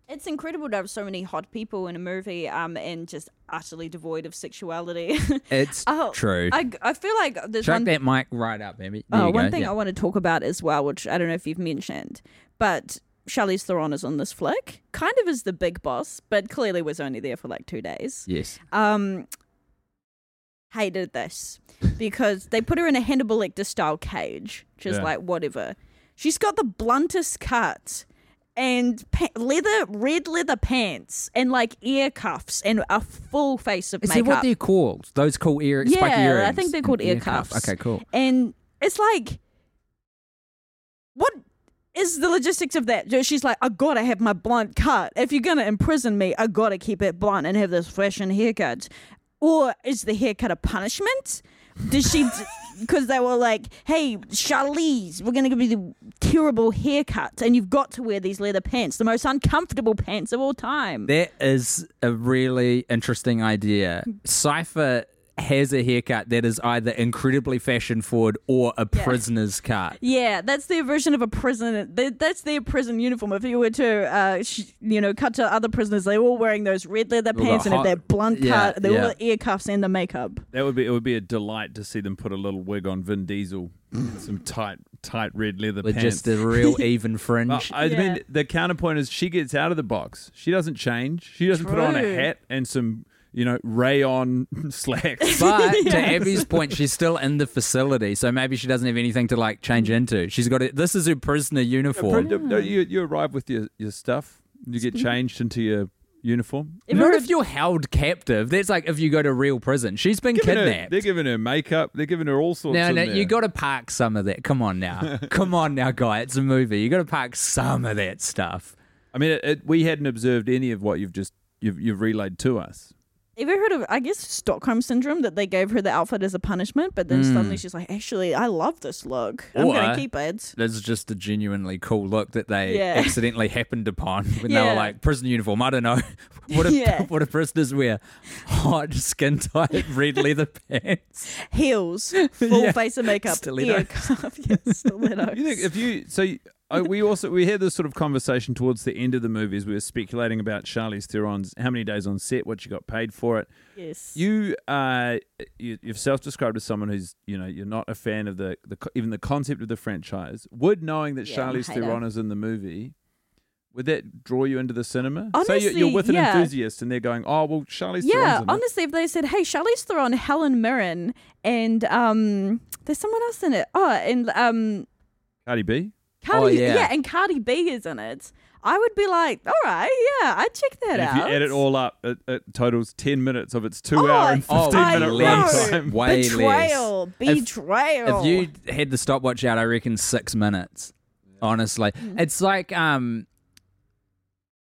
[SPEAKER 4] It's incredible to have so many hot people in a movie um, and just utterly devoid of sexuality.
[SPEAKER 3] It's
[SPEAKER 4] Oh,
[SPEAKER 3] true.
[SPEAKER 4] I, I feel like there's
[SPEAKER 3] Chuck
[SPEAKER 4] one
[SPEAKER 3] that mic right up, baby. There
[SPEAKER 4] Oh,
[SPEAKER 3] you
[SPEAKER 4] one
[SPEAKER 3] go.
[SPEAKER 4] thing
[SPEAKER 3] Yeah.
[SPEAKER 4] I want to talk about as well, which I don't know if you've mentioned, but Charlize Theron is on this flick. Kind of is the big boss, but clearly was only there for like two days.
[SPEAKER 3] Yes.
[SPEAKER 4] Um, hated this because they put her in a Hannibal Lecter style cage, just
[SPEAKER 2] Yeah.
[SPEAKER 4] like whatever. She's got the bluntest cut and pa- leather, red leather pants, and like ear cuffs, and a full face of
[SPEAKER 3] Is
[SPEAKER 4] makeup.
[SPEAKER 3] that what they're called? Those cool ear,
[SPEAKER 4] yeah,
[SPEAKER 3] spiky earrings.
[SPEAKER 4] I think they're called ear cuffs.
[SPEAKER 3] Okay, cool.
[SPEAKER 4] And it's like, what is the logistics of that? She's like, I gotta have my blunt cut. If you're gonna imprison me, I gotta keep it blunt and have this fashion haircut. Or is the haircut a punishment? Does she? Because they were like, "Hey, Charlize, we're gonna give you the terrible haircut, and you've got to wear these leather pants, the most uncomfortable pants of all time."
[SPEAKER 3] That is a really interesting idea. Cypher has a haircut that is either incredibly fashion forward or a prisoner's cut.
[SPEAKER 4] Yeah, that's their version of a prison. th- That's their prison uniform. If you were to, uh, sh- you know, cut to other prisoners, they're all wearing those red leather
[SPEAKER 3] the
[SPEAKER 4] pants and
[SPEAKER 3] hot-
[SPEAKER 4] have their blunt
[SPEAKER 3] yeah,
[SPEAKER 4] cut. They're
[SPEAKER 3] yeah.
[SPEAKER 4] all the ear cuffs and the makeup.
[SPEAKER 2] That would be it. Would be a delight to see them put a little wig on Vin Diesel, some tight, tight red leather
[SPEAKER 3] With
[SPEAKER 2] pants.
[SPEAKER 3] just a real even
[SPEAKER 2] Well,
[SPEAKER 3] fringe.
[SPEAKER 2] I
[SPEAKER 4] Yeah.
[SPEAKER 2] mean, the counterpoint is she gets out of the box. She doesn't change. She doesn't put on a
[SPEAKER 4] True.
[SPEAKER 2] hat and some, you know, rayon slacks.
[SPEAKER 3] But to Abby's point, she's still in the facility, so maybe she doesn't have anything to like change into. She's got it. This is her prisoner uniform.
[SPEAKER 2] No, you, you arrive with your, your stuff. You get changed into your uniform.
[SPEAKER 3] Not if you're held captive. That's like if you go to real prison. She's been
[SPEAKER 2] Giving her-
[SPEAKER 3] kidnapped.
[SPEAKER 2] they're giving her makeup. They're giving her all sorts.
[SPEAKER 3] No,
[SPEAKER 2] in
[SPEAKER 3] no,
[SPEAKER 2] there.
[SPEAKER 3] you got to park some of that. Come on now, come on now, guy. It's a movie. You got to park some of that stuff.
[SPEAKER 2] I mean, it, it, we hadn't observed any of what you've just you've, you've relayed to us.
[SPEAKER 4] Ever heard of, I guess, Stockholm syndrome that they gave her the outfit as a punishment, but then suddenly she's like, actually, I love this look. I'm
[SPEAKER 3] Or-
[SPEAKER 4] gonna keep it.
[SPEAKER 3] This is just a genuinely cool look that they
[SPEAKER 4] Yeah.
[SPEAKER 3] accidentally happened upon when they
[SPEAKER 4] Yeah.
[SPEAKER 3] were like prison uniform. I don't know what if
[SPEAKER 4] Yeah.
[SPEAKER 3] what if prisoners wear hot skin tight red leather pants.
[SPEAKER 4] Heels, full
[SPEAKER 3] Yeah.
[SPEAKER 4] face of makeup,
[SPEAKER 3] Stiletto.
[SPEAKER 4] ear cuff, yes, stiletto.
[SPEAKER 2] You think if you so you- I, we also we had this sort of conversation towards the end of the movie as we were speculating about Charlie's Theron's how many days on set, what you got paid for it.
[SPEAKER 4] yes.
[SPEAKER 2] You uh you, you've self-described as someone who's you know you're not a fan of the, the co- even the concept of the franchise. Would knowing that
[SPEAKER 4] Yeah, I'm a
[SPEAKER 2] Charlie's
[SPEAKER 4] hater.
[SPEAKER 2] Theron is in the movie. Would that draw you into the cinema? Say you're, you're
[SPEAKER 4] Honestly,
[SPEAKER 2] with an
[SPEAKER 4] yeah.
[SPEAKER 2] enthusiast and they're going, "Oh well, Charlie's
[SPEAKER 4] Yeah,
[SPEAKER 2] Theron's in it."
[SPEAKER 4] honestly, if they said, "Hey, Charlize Theron, Helen Mirren, and um, there's someone else in it." Oh, and um,
[SPEAKER 2] Cardi B.
[SPEAKER 4] Cardi,
[SPEAKER 3] Oh, yeah.
[SPEAKER 4] and Cardi B is in it. I would be like, "All right, yeah, I check
[SPEAKER 2] And
[SPEAKER 4] that
[SPEAKER 2] if
[SPEAKER 4] out."
[SPEAKER 2] you add it all up, it, it totals ten minutes of its two
[SPEAKER 4] Oh,
[SPEAKER 2] hour and
[SPEAKER 3] Oh,
[SPEAKER 2] fifteen minute
[SPEAKER 4] I
[SPEAKER 2] run
[SPEAKER 4] know.
[SPEAKER 2] time.
[SPEAKER 3] way
[SPEAKER 4] betrayal,
[SPEAKER 3] If-
[SPEAKER 4] betrayal.
[SPEAKER 3] If you had the stopwatch out, I reckon six minutes. Honestly,
[SPEAKER 4] Hmm.
[SPEAKER 3] it's like um,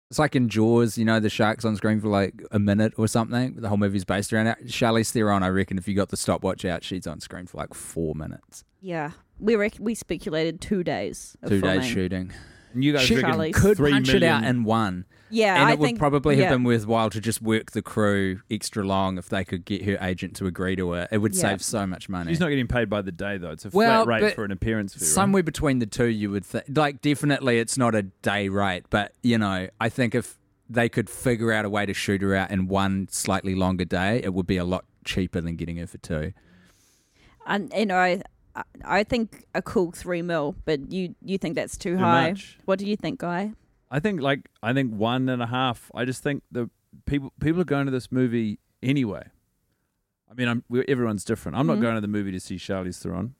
[SPEAKER 3] it's like in Jaws. You know, the shark's on screen for like a minute or something. The whole movie's based around it. Charlize Theron, I reckon, if you got the stopwatch out, she's on screen for like four minutes.
[SPEAKER 4] yeah, we rec- we speculated two days. Of
[SPEAKER 3] Two
[SPEAKER 4] filming.
[SPEAKER 3] days shooting.
[SPEAKER 2] And you guys
[SPEAKER 3] She
[SPEAKER 2] reckon
[SPEAKER 4] Charlie's.
[SPEAKER 3] Could
[SPEAKER 2] three
[SPEAKER 3] punch it out
[SPEAKER 2] million-
[SPEAKER 3] in one,
[SPEAKER 4] Yeah,
[SPEAKER 3] and
[SPEAKER 4] I
[SPEAKER 3] it would
[SPEAKER 4] think-
[SPEAKER 3] probably have
[SPEAKER 4] yeah.
[SPEAKER 3] been worthwhile to just work the crew extra long if they could get her agent to agree to it. It would
[SPEAKER 4] Yeah.
[SPEAKER 3] save so much money.
[SPEAKER 2] She's not getting paid by the day though. It's a
[SPEAKER 3] Well,
[SPEAKER 2] flat rate
[SPEAKER 3] but
[SPEAKER 2] for an appearance fee. right?
[SPEAKER 3] somewhere between the two you would think like definitely it's not a day rate but you know i think if they could figure out a way to shoot her out in one slightly longer day it would be a lot cheaper than getting her for two
[SPEAKER 4] And you know, I I- I think a cool three mil, but you you think that's
[SPEAKER 2] Too
[SPEAKER 4] too, high.
[SPEAKER 2] much.
[SPEAKER 4] What do you think, guy?
[SPEAKER 2] I think like I think one and a half. I just think the people people are going to this movie anyway. I mean, I'm we everyone's different.
[SPEAKER 3] Mm-hmm.
[SPEAKER 2] I'm not going to the movie to see Charlize Theron.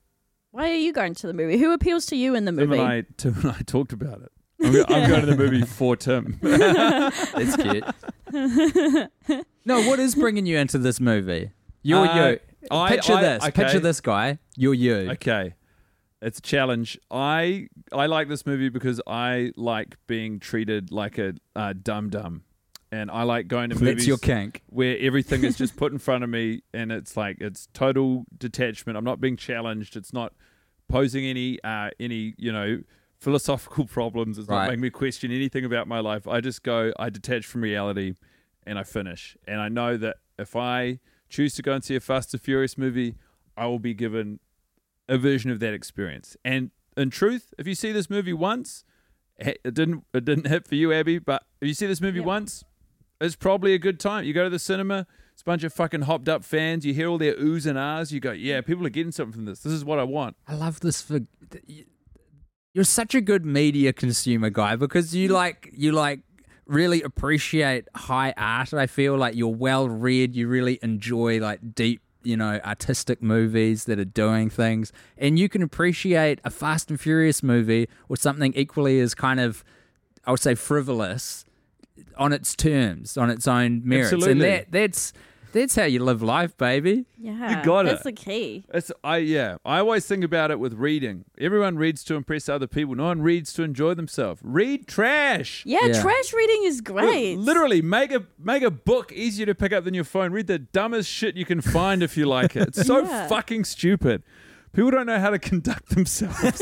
[SPEAKER 4] Why are you going to the movie? Who appeals to you in the
[SPEAKER 2] Tim
[SPEAKER 4] movie?
[SPEAKER 2] and I, Tim and I talked about it. I'm, go- I'm going to the movie for Tim.
[SPEAKER 3] that's cute no what is bringing you into this movie you're
[SPEAKER 2] Uh,
[SPEAKER 3] you
[SPEAKER 2] I-
[SPEAKER 3] picture
[SPEAKER 2] I-
[SPEAKER 3] this
[SPEAKER 2] okay.
[SPEAKER 3] picture this guy you're you
[SPEAKER 2] Okay. It's a challenge. I I like this movie because I like being treated like a uh, dum dum. and I like going to movies
[SPEAKER 3] That's your kink.
[SPEAKER 2] where everything is just put in front of me and it's like it's total detachment. I'm not being challenged. It's not posing any uh, any you know philosophical problems. It's not
[SPEAKER 3] Right.
[SPEAKER 2] making me question anything about my life. I just go. I detach from reality, and I finish. And I know that if I choose to go and see a Fast and Furious movie, I will be given a version of that experience. And in truth, if you see this movie once, it didn't it didn't hit for you, Abby. But if you see this movie once, it's probably a good time. You go to the cinema, it's a bunch of fucking hopped up fans. You hear all their oohs and ahs. You go, yeah, people are getting something from this. This is what I want.
[SPEAKER 3] I love this for th- you- you're such a good media consumer guy because you like you like really appreciate high art. I feel like you're well read. You really enjoy like deep, you know, artistic movies that are doing things, and you can appreciate a Fast and Furious movie or something equally as kind of I would say frivolous on its terms, on its own merits, and
[SPEAKER 2] Absolutely.
[SPEAKER 3] that that's that's how you live life, baby.
[SPEAKER 4] Yeah,
[SPEAKER 2] got it.
[SPEAKER 4] that's the key.
[SPEAKER 2] It's I yeah. I always think about it with reading. Everyone reads to impress other people. No one reads to enjoy themselves. Read trash.
[SPEAKER 4] Yeah,
[SPEAKER 3] Yeah.
[SPEAKER 4] trash reading is great.
[SPEAKER 2] Literally, make a make a book easier to pick up than your phone. Read the dumbest shit you can find if you like it. It's so
[SPEAKER 4] Yeah.
[SPEAKER 2] fucking stupid. People don't know how to conduct themselves.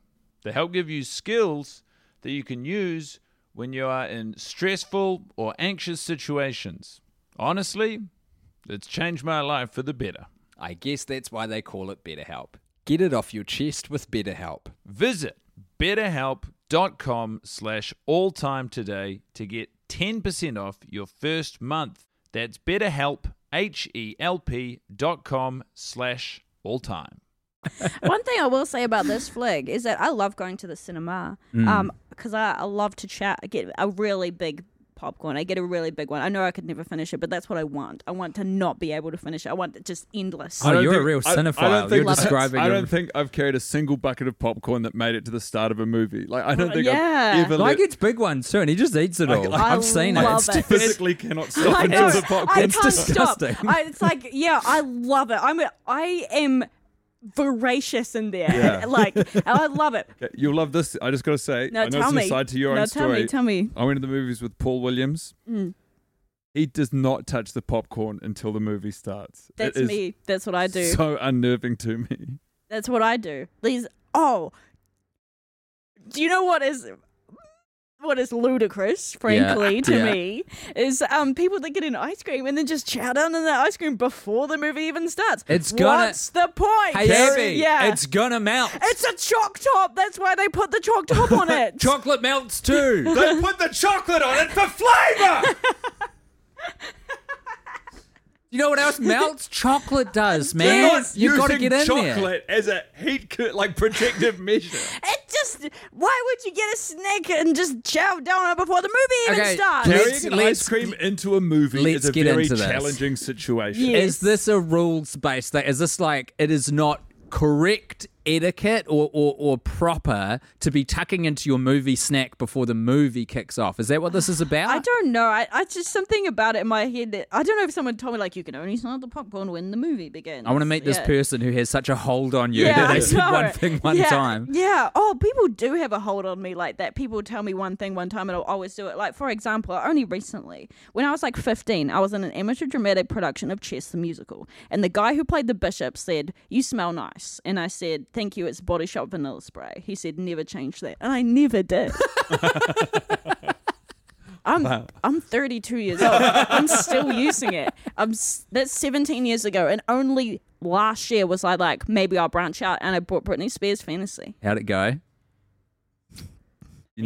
[SPEAKER 2] They help give you skills that you can use when you are in stressful or anxious situations. Honestly, it's changed my life for the better.
[SPEAKER 5] I guess that's why they call it BetterHelp. Get it off your chest with BetterHelp.
[SPEAKER 2] Visit betterhelp.com slash all time today to get 10% off your first month. That's betterhelp, H-E-L-P dot com slash all time.
[SPEAKER 4] One thing I will say about this flag is that I love going to the cinema
[SPEAKER 3] Mm.
[SPEAKER 4] Um 'cause because I, I love to chat. I get a really big popcorn. I get a really big one. I know I could never finish it, but that's what I want. I want to not be able to finish it. I want it just endless.
[SPEAKER 3] Oh,
[SPEAKER 2] don't
[SPEAKER 3] you're a
[SPEAKER 2] think-
[SPEAKER 3] real
[SPEAKER 2] I- I don't
[SPEAKER 3] cinephile. you're
[SPEAKER 2] think-
[SPEAKER 4] Love it.
[SPEAKER 3] describing.
[SPEAKER 2] I
[SPEAKER 3] your-
[SPEAKER 2] don't think I've carried a single bucket of popcorn that made it to the start of a movie. Like I don't
[SPEAKER 4] Well,
[SPEAKER 2] think
[SPEAKER 4] yeah.
[SPEAKER 2] I've ever
[SPEAKER 3] Like
[SPEAKER 2] let-
[SPEAKER 3] it's big ones too, and he just eats it all.
[SPEAKER 4] I
[SPEAKER 3] I, have seen it.
[SPEAKER 4] love
[SPEAKER 3] It's
[SPEAKER 4] it.
[SPEAKER 3] just-
[SPEAKER 2] physically cannot stop
[SPEAKER 4] I
[SPEAKER 2] until
[SPEAKER 4] know.
[SPEAKER 2] the
[SPEAKER 4] I
[SPEAKER 2] popcorn.
[SPEAKER 3] It's
[SPEAKER 4] can't
[SPEAKER 3] disgusting.
[SPEAKER 4] stop. I, it's like, yeah, I love it. I'm, a, I am voracious in there.
[SPEAKER 2] Yeah.
[SPEAKER 4] like, I love it.
[SPEAKER 2] Okay, You'll love this. I just got to say,
[SPEAKER 4] No,
[SPEAKER 2] I know
[SPEAKER 4] tell
[SPEAKER 2] it's an
[SPEAKER 4] me.
[SPEAKER 2] aside to your
[SPEAKER 4] No,
[SPEAKER 2] own
[SPEAKER 4] tell me,
[SPEAKER 2] story.
[SPEAKER 4] tell me.
[SPEAKER 2] I went to the movies with Paul Williams.
[SPEAKER 4] Mm,
[SPEAKER 2] He does not touch the popcorn until the movie starts. It
[SPEAKER 4] That's
[SPEAKER 2] is
[SPEAKER 4] me. That's what I do.
[SPEAKER 2] So unnerving to me.
[SPEAKER 4] That's what I do. These oh, do you know what is what is ludicrous, frankly, to
[SPEAKER 3] yeah.
[SPEAKER 4] me, is um, people that get an ice cream and then just chow down on that ice cream before the movie even starts.
[SPEAKER 3] It's gonna-
[SPEAKER 4] What's the point?
[SPEAKER 3] Hey, Abby,
[SPEAKER 4] yeah.
[SPEAKER 3] it's gonna melt.
[SPEAKER 4] It's a chalk top. That's why they put the chalk top on it.
[SPEAKER 3] Chocolate melts too.
[SPEAKER 6] They put the chocolate on it for flavor.
[SPEAKER 3] you know what else melts? Chocolate does, man. You've got to get in there.
[SPEAKER 6] chocolate as a heat co- like protective measure.
[SPEAKER 4] It just. Why would you get a snack and just chow down on it before the movie even
[SPEAKER 3] Okay,
[SPEAKER 4] starts?
[SPEAKER 3] Let's-
[SPEAKER 6] Carrying an
[SPEAKER 3] let's-
[SPEAKER 6] ice cream into a movie
[SPEAKER 3] let's
[SPEAKER 6] is a
[SPEAKER 3] get
[SPEAKER 6] very
[SPEAKER 3] into this.
[SPEAKER 6] challenging situation.
[SPEAKER 4] Yeah.
[SPEAKER 3] Is this a rules based thing? Is this like it is not correct etiquette or, or, or proper to be tucking into your movie snack before the movie kicks off? Is that what this is about?
[SPEAKER 4] I don't know. I, I just something about it in my head. That, I don't know if someone told me like you can only smell the popcorn when the movie begins.
[SPEAKER 3] I want to meet this
[SPEAKER 4] Yeah.
[SPEAKER 3] person who has such a hold on you
[SPEAKER 4] Yeah,
[SPEAKER 3] that
[SPEAKER 4] I
[SPEAKER 3] they said
[SPEAKER 4] know
[SPEAKER 3] one
[SPEAKER 4] it.
[SPEAKER 3] thing one
[SPEAKER 4] yeah,
[SPEAKER 3] time.
[SPEAKER 4] Yeah. Oh, people do have a hold on me like that. People tell me one thing one time and I'll always do it. Like, for example, only recently, when I was like 15, I was in an amateur dramatic production of Chess the Musical. And the guy who played the bishop said, You smell nice. And I said, Thank you. It's Body Shop Vanilla Spray. He said, Never change that. And I never did. I'm I'm 32 years old. I'm still using it. I'm s- that's 17 years ago, and only last year was I like maybe I'll branch out, and I bought Britney Spears Fantasy.
[SPEAKER 3] How'd it go?
[SPEAKER 6] You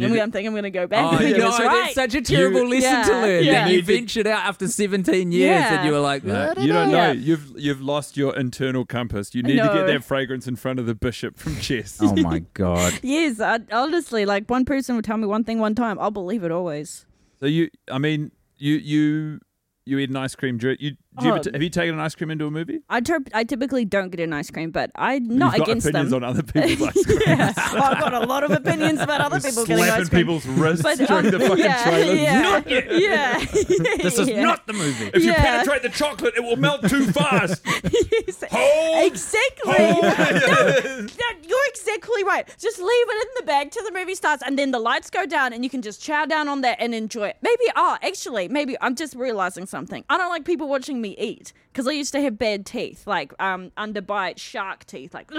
[SPEAKER 4] And
[SPEAKER 6] need
[SPEAKER 4] we-
[SPEAKER 6] to-
[SPEAKER 4] I think I'm gonna go back.
[SPEAKER 3] Oh,
[SPEAKER 4] and think
[SPEAKER 3] no,
[SPEAKER 4] it's
[SPEAKER 3] that's
[SPEAKER 4] right.
[SPEAKER 3] such a terrible lesson to
[SPEAKER 4] Yeah,
[SPEAKER 3] learn.
[SPEAKER 4] yeah.
[SPEAKER 3] That you
[SPEAKER 4] You
[SPEAKER 6] did-
[SPEAKER 3] ventured out after 17 years
[SPEAKER 4] Yeah.
[SPEAKER 3] and you were like,
[SPEAKER 6] No,
[SPEAKER 3] "I
[SPEAKER 6] you don't
[SPEAKER 4] know.
[SPEAKER 6] know. You've you've lost your internal compass. You need to
[SPEAKER 4] No.
[SPEAKER 6] get that fragrance in front of the bishop from chess.
[SPEAKER 3] Oh my god.
[SPEAKER 4] yes, I, honestly, like one person would tell me one thing one time, I'll believe it always.
[SPEAKER 6] So you, I mean, you you you eat an ice cream. dur- You, do you ever
[SPEAKER 4] Oh.
[SPEAKER 6] t- have you taken an ice cream into a movie?
[SPEAKER 4] I, ter- I typically don't get an ice cream, but I'm not
[SPEAKER 6] You've got
[SPEAKER 4] against
[SPEAKER 6] opinions
[SPEAKER 4] them.
[SPEAKER 6] on other people's ice cream.
[SPEAKER 4] yeah, well, I've got a lot of opinions about other people getting ice
[SPEAKER 6] Slapping
[SPEAKER 4] cream.
[SPEAKER 6] people's wrists
[SPEAKER 4] But,
[SPEAKER 6] during
[SPEAKER 4] um,
[SPEAKER 6] the fucking
[SPEAKER 4] yeah,
[SPEAKER 6] trailer.
[SPEAKER 4] yeah, yeah,
[SPEAKER 3] This is
[SPEAKER 4] yeah.
[SPEAKER 3] not the movie.
[SPEAKER 6] If you
[SPEAKER 4] Yeah.
[SPEAKER 6] penetrate the chocolate, it will melt too fast.
[SPEAKER 4] Yes,
[SPEAKER 6] Hold.
[SPEAKER 4] Exactly.
[SPEAKER 6] Hold.
[SPEAKER 4] No, you're exactly right. Just leave it in the bag till the movie starts, and then the lights go down, and you can just chow down on that and enjoy it. Maybe, oh, actually, maybe I'm just realizing something. I don't like people watching me eat because I used to have bad teeth, like um, underbite shark teeth, like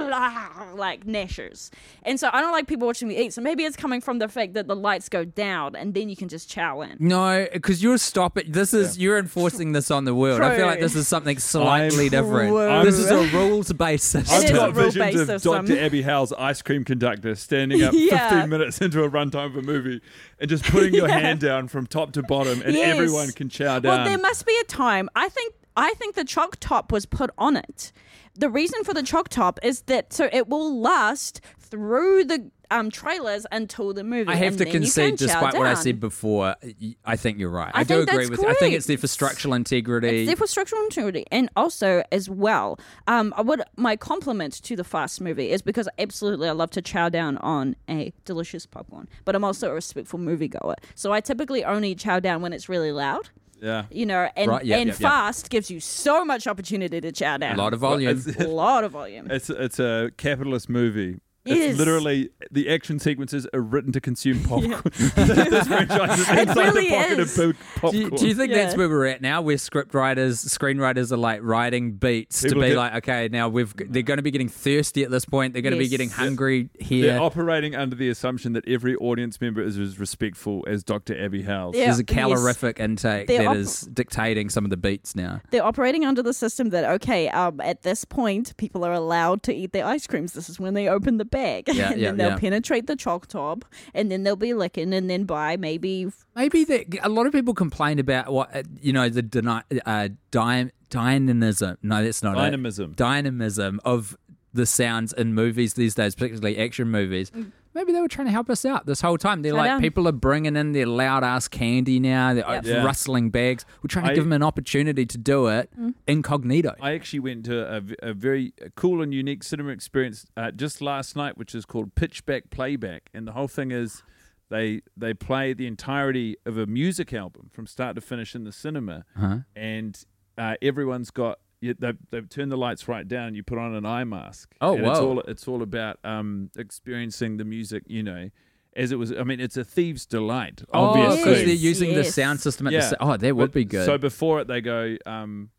[SPEAKER 4] like gnashers, and so I don't like people watching me eat. So maybe it's coming from the fact that the lights go down, and then you can just chow in.
[SPEAKER 3] No, because you're stopping. This is you're enforcing this on the world. I feel like
[SPEAKER 4] True.
[SPEAKER 3] this is something slightly
[SPEAKER 6] I'm-
[SPEAKER 3] different.
[SPEAKER 6] I'm-
[SPEAKER 3] this is a rules based
[SPEAKER 4] It
[SPEAKER 6] I've
[SPEAKER 4] is
[SPEAKER 6] got
[SPEAKER 4] a
[SPEAKER 3] system.
[SPEAKER 4] rule
[SPEAKER 6] visions of
[SPEAKER 4] based system.
[SPEAKER 6] Dr. Abby Howe's ice cream conductor standing up
[SPEAKER 4] Yeah.
[SPEAKER 6] 15 minutes into a runtime of a movie and just putting your hand down from top to bottom and
[SPEAKER 4] Yes.
[SPEAKER 6] everyone can chow down.
[SPEAKER 4] Well, there must be a time. I think I think the chalk top was put on it. The reason for the chalk top is that so it will last through the um, trailers until the movie.
[SPEAKER 3] I have
[SPEAKER 4] and
[SPEAKER 3] to
[SPEAKER 4] then you
[SPEAKER 3] concede,
[SPEAKER 4] can chow
[SPEAKER 3] despite what I
[SPEAKER 4] down.
[SPEAKER 3] said before, y- I think you're right. I,
[SPEAKER 4] I
[SPEAKER 3] do
[SPEAKER 4] think
[SPEAKER 3] agree
[SPEAKER 4] that's
[SPEAKER 3] with. you. I think it's there
[SPEAKER 4] correct.
[SPEAKER 3] for structural integrity.
[SPEAKER 4] It's there for structural integrity, and also as well, um, I would my compliment to the fast movie is because absolutely I love to chow down on a delicious popcorn, but I'm also a respectful moviegoer, so I typically only chow down when it's really loud,
[SPEAKER 6] yeah.
[SPEAKER 4] you know, and
[SPEAKER 3] Right, yep,
[SPEAKER 4] and
[SPEAKER 3] yep, yep.
[SPEAKER 4] fast gives you so much opportunity to chow down.
[SPEAKER 3] a lot of volume.
[SPEAKER 6] It's-
[SPEAKER 4] a lot of volume.
[SPEAKER 6] It's it's a capitalist movie.
[SPEAKER 4] It
[SPEAKER 6] it's
[SPEAKER 4] is.
[SPEAKER 6] literally the action sequences are written to consume popcorn. this franchise is inside
[SPEAKER 4] really
[SPEAKER 6] the pocket
[SPEAKER 4] is.
[SPEAKER 6] of popcorn.
[SPEAKER 3] Do you, do you think that's
[SPEAKER 4] Yeah.
[SPEAKER 3] where we're at now? Where scriptwriters, screenwriters are like writing beats
[SPEAKER 6] People
[SPEAKER 3] to be
[SPEAKER 6] get-
[SPEAKER 3] like, okay, now we've g- they're going to be getting thirsty at this point. They're going to be
[SPEAKER 4] Yes.
[SPEAKER 3] getting hungry
[SPEAKER 6] They're
[SPEAKER 3] here.
[SPEAKER 6] operating under the assumption that every audience member is as respectful as Dr. Abby Howells.
[SPEAKER 4] Yeah.
[SPEAKER 3] There's a calorific intake that
[SPEAKER 4] They're
[SPEAKER 3] is
[SPEAKER 4] op-
[SPEAKER 3] dictating some of the beats now.
[SPEAKER 4] They're operating under the system that okay, um, at this point, people are allowed to eat their ice creams. This is when they open the bag,
[SPEAKER 3] Yeah,
[SPEAKER 4] and
[SPEAKER 3] yeah,
[SPEAKER 4] then they'll
[SPEAKER 3] yeah.
[SPEAKER 4] penetrate the chalk top, and then they'll be licking, and then by maybe
[SPEAKER 3] Maybe that a lot of people complain about what uh, you know the deni- uh, dy- dynamism. No, that's not it.
[SPEAKER 6] Dynamism.
[SPEAKER 3] Dynamism of the sounds in movies these days, particularly action movies. Maybe they were trying to help us out this whole time. They're
[SPEAKER 4] Mm. Try
[SPEAKER 3] like,
[SPEAKER 4] down.
[SPEAKER 3] people are bringing in their loud ass candy now. They're uh,
[SPEAKER 6] Yeah.
[SPEAKER 3] rustling bags. We're trying to
[SPEAKER 6] I-
[SPEAKER 3] give them an opportunity to do it
[SPEAKER 4] Mm.
[SPEAKER 3] incognito.
[SPEAKER 6] I actually went to a, v- a very cool and unique cinema experience uh, just last night, which is called Pitchback Playback, and the whole thing is they they play the entirety of a music album from start to finish in the cinema,
[SPEAKER 3] Uh-huh.
[SPEAKER 6] and uh, everyone's got you- they've, they've turned the lights right down. You put on an eye mask.
[SPEAKER 3] Oh,
[SPEAKER 6] and It's
[SPEAKER 3] wow.
[SPEAKER 6] all it's all about um, experiencing the music, you know. As it was, I mean, it's a thieves' delight.
[SPEAKER 3] Obviously,
[SPEAKER 6] Obviously,
[SPEAKER 3] Oh, because they're
[SPEAKER 4] Yes,
[SPEAKER 3] using the
[SPEAKER 4] yes.
[SPEAKER 3] sound system at the sa- Oh, that would
[SPEAKER 6] but-
[SPEAKER 3] be good.
[SPEAKER 6] So before it, they go, um,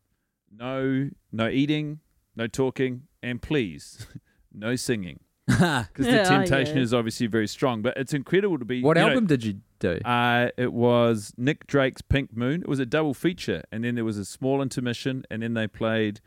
[SPEAKER 6] no, no eating, no talking, and please, no singing, because
[SPEAKER 4] Yeah,
[SPEAKER 6] the temptation
[SPEAKER 4] yeah.
[SPEAKER 6] is obviously very strong. But it's incredible to be.
[SPEAKER 3] what
[SPEAKER 6] you know,
[SPEAKER 3] album did you do?
[SPEAKER 6] Uh, it was Nick Drake's Pink Moon. It was a double feature, and then there was a small intermission, and then they played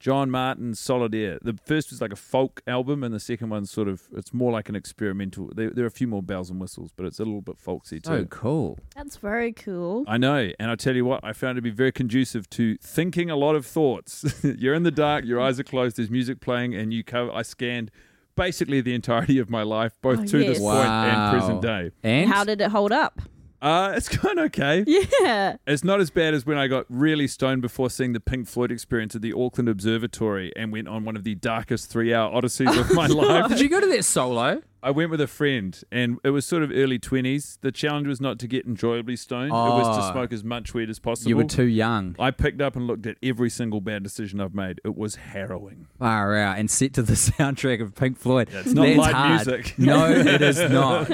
[SPEAKER 6] John Martin's Solid Air. The first was like a folk album, and the second one's sort of it's more like an experimental. There, there are a few more bells and whistles, but it's a little bit folksy too.
[SPEAKER 3] so Oh, cool.
[SPEAKER 4] That's very cool.
[SPEAKER 6] I know, and I tell you what, I found it to be very conducive to thinking a lot of thoughts. You're in the dark, your eyes are closed, there's music playing, and you cover. I scanned basically the entirety of my life, both
[SPEAKER 4] Oh,
[SPEAKER 6] to
[SPEAKER 4] yes.
[SPEAKER 6] this point and present day.
[SPEAKER 3] And
[SPEAKER 4] How did it hold up?
[SPEAKER 6] Uh, it's going okay.
[SPEAKER 4] Yeah.
[SPEAKER 6] It's not as bad as when I got really stoned before seeing the Pink Floyd experience at the Auckland Observatory and went on one of the darkest three hour odysseys of my life.
[SPEAKER 3] did you go to that solo?
[SPEAKER 6] I went with a friend and it was sort of early 20s. The challenge was not to get enjoyably stoned, it was
[SPEAKER 3] Oh.
[SPEAKER 6] to smoke as much weed as possible.
[SPEAKER 3] You were too young.
[SPEAKER 6] I picked up and looked at every single bad decision I've made. It was harrowing.
[SPEAKER 3] Far out and set to the soundtrack of Pink Floyd. That's
[SPEAKER 6] not
[SPEAKER 3] That's
[SPEAKER 6] light
[SPEAKER 3] hard.
[SPEAKER 6] music.
[SPEAKER 3] No, it is not.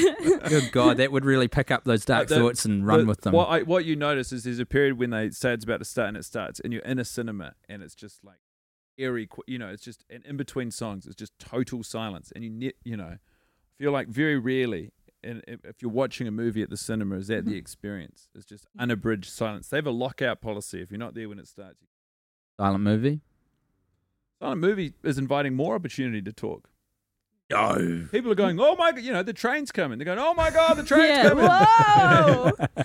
[SPEAKER 3] Good God, that would really pick up those dark
[SPEAKER 6] The-
[SPEAKER 3] thoughts and run
[SPEAKER 6] the-
[SPEAKER 3] with them.
[SPEAKER 6] What, I, what you notice is there's a period when they say it's about to start and it starts, and you're in a cinema and it's just like eerie, qu- you know, it's just and in between songs, it's just total silence, and you ne- you know, feel like very rarely. And if if you're watching a movie at the cinema, is that the
[SPEAKER 3] Mm-hmm.
[SPEAKER 6] experience? It's just unabridged silence. They have a lockout policy. If you're not there when it starts,
[SPEAKER 3] Silent movie.
[SPEAKER 6] silent movie is inviting more opportunity to talk. No. People are going, oh my, g-" you know, the train's coming. They're going, oh my God, the train's
[SPEAKER 4] Yeah.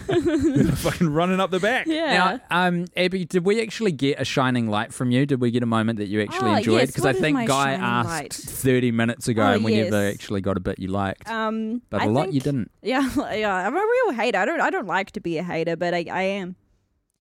[SPEAKER 6] coming.
[SPEAKER 4] Whoa.
[SPEAKER 6] Fucking running up the back.
[SPEAKER 4] yeah.
[SPEAKER 3] Now, um, Abby, did we actually get a shining light from you? Did we get a moment that you actually
[SPEAKER 4] Ah,
[SPEAKER 3] enjoyed?
[SPEAKER 4] yes,
[SPEAKER 3] Because
[SPEAKER 4] what
[SPEAKER 3] I
[SPEAKER 4] is
[SPEAKER 3] think
[SPEAKER 4] my
[SPEAKER 3] Guy
[SPEAKER 4] shining
[SPEAKER 3] asked
[SPEAKER 4] light?
[SPEAKER 3] 30 minutes ago,
[SPEAKER 4] Oh,
[SPEAKER 3] and we never
[SPEAKER 4] yes.
[SPEAKER 3] actually got a bit you liked.
[SPEAKER 4] Um,
[SPEAKER 3] But
[SPEAKER 4] a
[SPEAKER 3] a lot you didn't.
[SPEAKER 4] Yeah, yeah. I'm a real hater. I don't. I don't like to be a hater, but I, I am.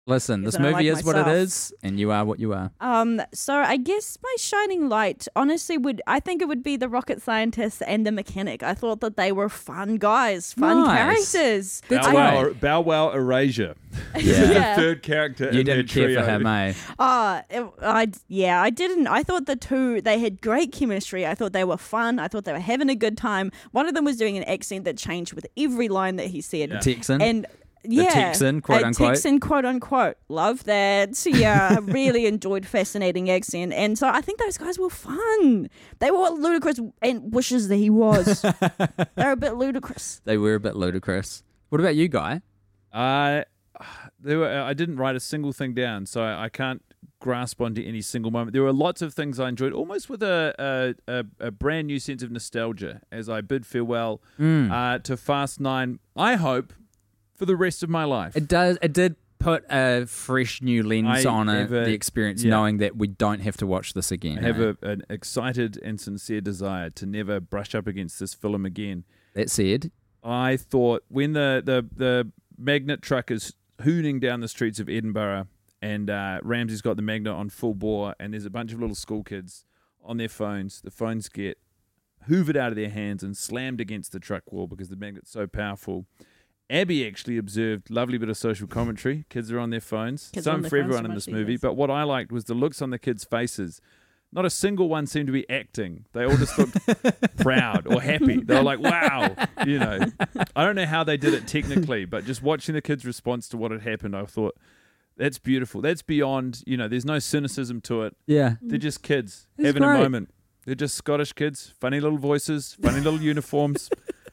[SPEAKER 3] Listen,
[SPEAKER 4] Yes,
[SPEAKER 3] this
[SPEAKER 4] and I
[SPEAKER 3] movie
[SPEAKER 4] like
[SPEAKER 3] is what it
[SPEAKER 4] myself.
[SPEAKER 3] is, and you are what you are.
[SPEAKER 6] Uh,
[SPEAKER 4] Um, so I guess my shining light, honestly, would I think it would be the rocket scientist and the mechanic. I thought that they were fun guys, fun
[SPEAKER 3] Nice.
[SPEAKER 4] characters.
[SPEAKER 3] That's
[SPEAKER 6] Bow
[SPEAKER 3] right.
[SPEAKER 6] Wow, Bow Wow Erasure.
[SPEAKER 3] Yeah.
[SPEAKER 4] Yeah.
[SPEAKER 6] the third character.
[SPEAKER 3] You
[SPEAKER 6] in their
[SPEAKER 3] didn't care for
[SPEAKER 6] trio.
[SPEAKER 3] him, eh?
[SPEAKER 4] Uh, it, I yeah, I didn't. I thought the two they had great chemistry. I thought they were fun. I thought they were having a good time. One of them was doing an accent that changed with every line that he said.
[SPEAKER 3] Texan.
[SPEAKER 4] And yeah,
[SPEAKER 3] Texan, quote
[SPEAKER 4] a
[SPEAKER 3] unquote.
[SPEAKER 4] Texan, quote unquote. Love that. So, yeah, I really enjoyed fascinating accent, and so I think those guys were fun. They were what ludicrous and wishes that he was. They're a bit ludicrous.
[SPEAKER 3] they were a bit ludicrous. What about you, Guy?
[SPEAKER 6] I, there were, I didn't write a single thing down, so I, I can't grasp onto any single moment. There were lots of things I enjoyed, almost with a a, a, a brand new sense of nostalgia as I bid farewell
[SPEAKER 3] Hmm.
[SPEAKER 6] uh, to Fast Nine. I hope for the rest of my life.
[SPEAKER 3] It does. It did put a fresh new lens
[SPEAKER 6] I
[SPEAKER 3] on it,
[SPEAKER 6] have a-
[SPEAKER 3] the experience,
[SPEAKER 6] yeah.
[SPEAKER 3] knowing that we don't have to watch this again.
[SPEAKER 6] I have
[SPEAKER 3] eh?
[SPEAKER 6] a, an excited and sincere desire to never brush up against this film again.
[SPEAKER 3] that said,
[SPEAKER 6] I thought when the the, the magnet truck is hooning down the streets of Edinburgh, and uh, Ramsey's got the magnet on full bore, and there's a bunch of little school kids on their phones. The phones get hoovered out of their hands and slammed against the truck wall because the magnet's so powerful. Abby actually observed lovely bit of social commentary. Kids are on their phones.
[SPEAKER 4] Kids are on
[SPEAKER 6] Some
[SPEAKER 4] their
[SPEAKER 6] for
[SPEAKER 4] phones
[SPEAKER 6] everyone
[SPEAKER 4] so
[SPEAKER 6] in
[SPEAKER 4] much
[SPEAKER 6] this
[SPEAKER 4] these
[SPEAKER 6] movie,
[SPEAKER 4] days.
[SPEAKER 6] but what I liked was the looks on the kids' faces. Not a single one seemed to be acting. They all just looked proud or happy. They were like, wow. You know, I don't know how they did it technically, but just watching the kids' response to what had happened, I thought, that's beautiful. That's beyond, you know, there's no cynicism to it.
[SPEAKER 3] yeah,
[SPEAKER 6] They're just kids
[SPEAKER 3] It's
[SPEAKER 6] having
[SPEAKER 3] great.
[SPEAKER 6] a moment. They're just Scottish kids, funny little voices, funny little uniforms.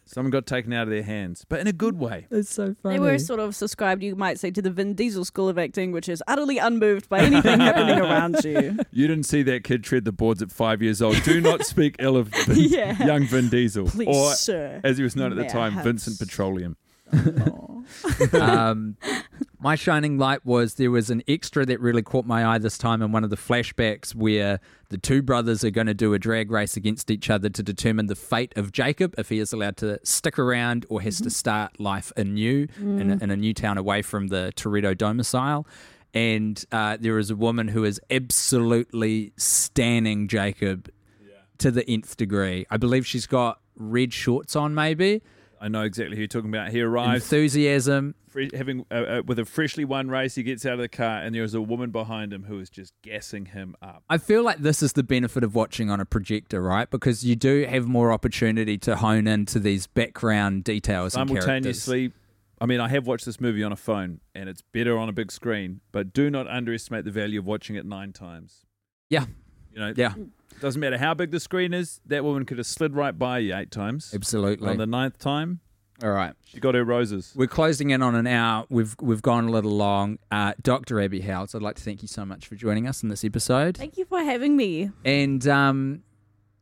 [SPEAKER 6] Someone got taken out of their hands, but in a good way.
[SPEAKER 3] it's so funny.
[SPEAKER 4] They were sort of subscribed, you might say, to the Vin Diesel school of acting, which is utterly unmoved by anything happening around you.
[SPEAKER 6] You didn't see that kid tread the boards at five years old. Do not speak ill of Vin,
[SPEAKER 4] Yeah.
[SPEAKER 6] young Vin Diesel.
[SPEAKER 4] Please,
[SPEAKER 6] or,
[SPEAKER 4] sir.
[SPEAKER 6] as he was known at the
[SPEAKER 4] may I
[SPEAKER 6] time,
[SPEAKER 4] have
[SPEAKER 6] Vincent
[SPEAKER 4] s-
[SPEAKER 6] Petroleum.
[SPEAKER 3] um, my shining light was there was an extra that really caught my eye this time in one of the flashbacks where the two brothers are going to do a drag race against each other to determine the fate of Jacob if he is allowed to stick around or has to start life anew in, a, in a new town away from the Toretto domicile. And uh, there is a woman who is absolutely standing Jacob to the nth degree. I believe she's got red shorts on, maybe.
[SPEAKER 6] I know exactly who you're talking about. He arrives
[SPEAKER 3] Enthusiasm,
[SPEAKER 6] fre- having uh, uh, with a freshly won race. He gets out of the car, and there is a woman behind him who is just gassing him up.
[SPEAKER 3] I feel like this is the benefit of watching on a projector, right? Because you do have more opportunity to hone into these background details and characters.
[SPEAKER 6] Simultaneously, I mean, I have watched this movie on a phone, and it's better on a big screen. But do not underestimate the value of watching it nine times.
[SPEAKER 3] Yeah,
[SPEAKER 6] You know,
[SPEAKER 3] yeah,
[SPEAKER 6] doesn't matter how big the screen is. That woman could have slid right by you eight times.
[SPEAKER 3] absolutely.
[SPEAKER 6] On the ninth time,
[SPEAKER 3] All right.
[SPEAKER 2] She got her roses.
[SPEAKER 3] We're closing in on an hour. We've we've gone a little long. Uh, Dr. Abby Howells, I'd like to thank you so much for joining us in this episode.
[SPEAKER 4] Thank you for having me.
[SPEAKER 3] And um,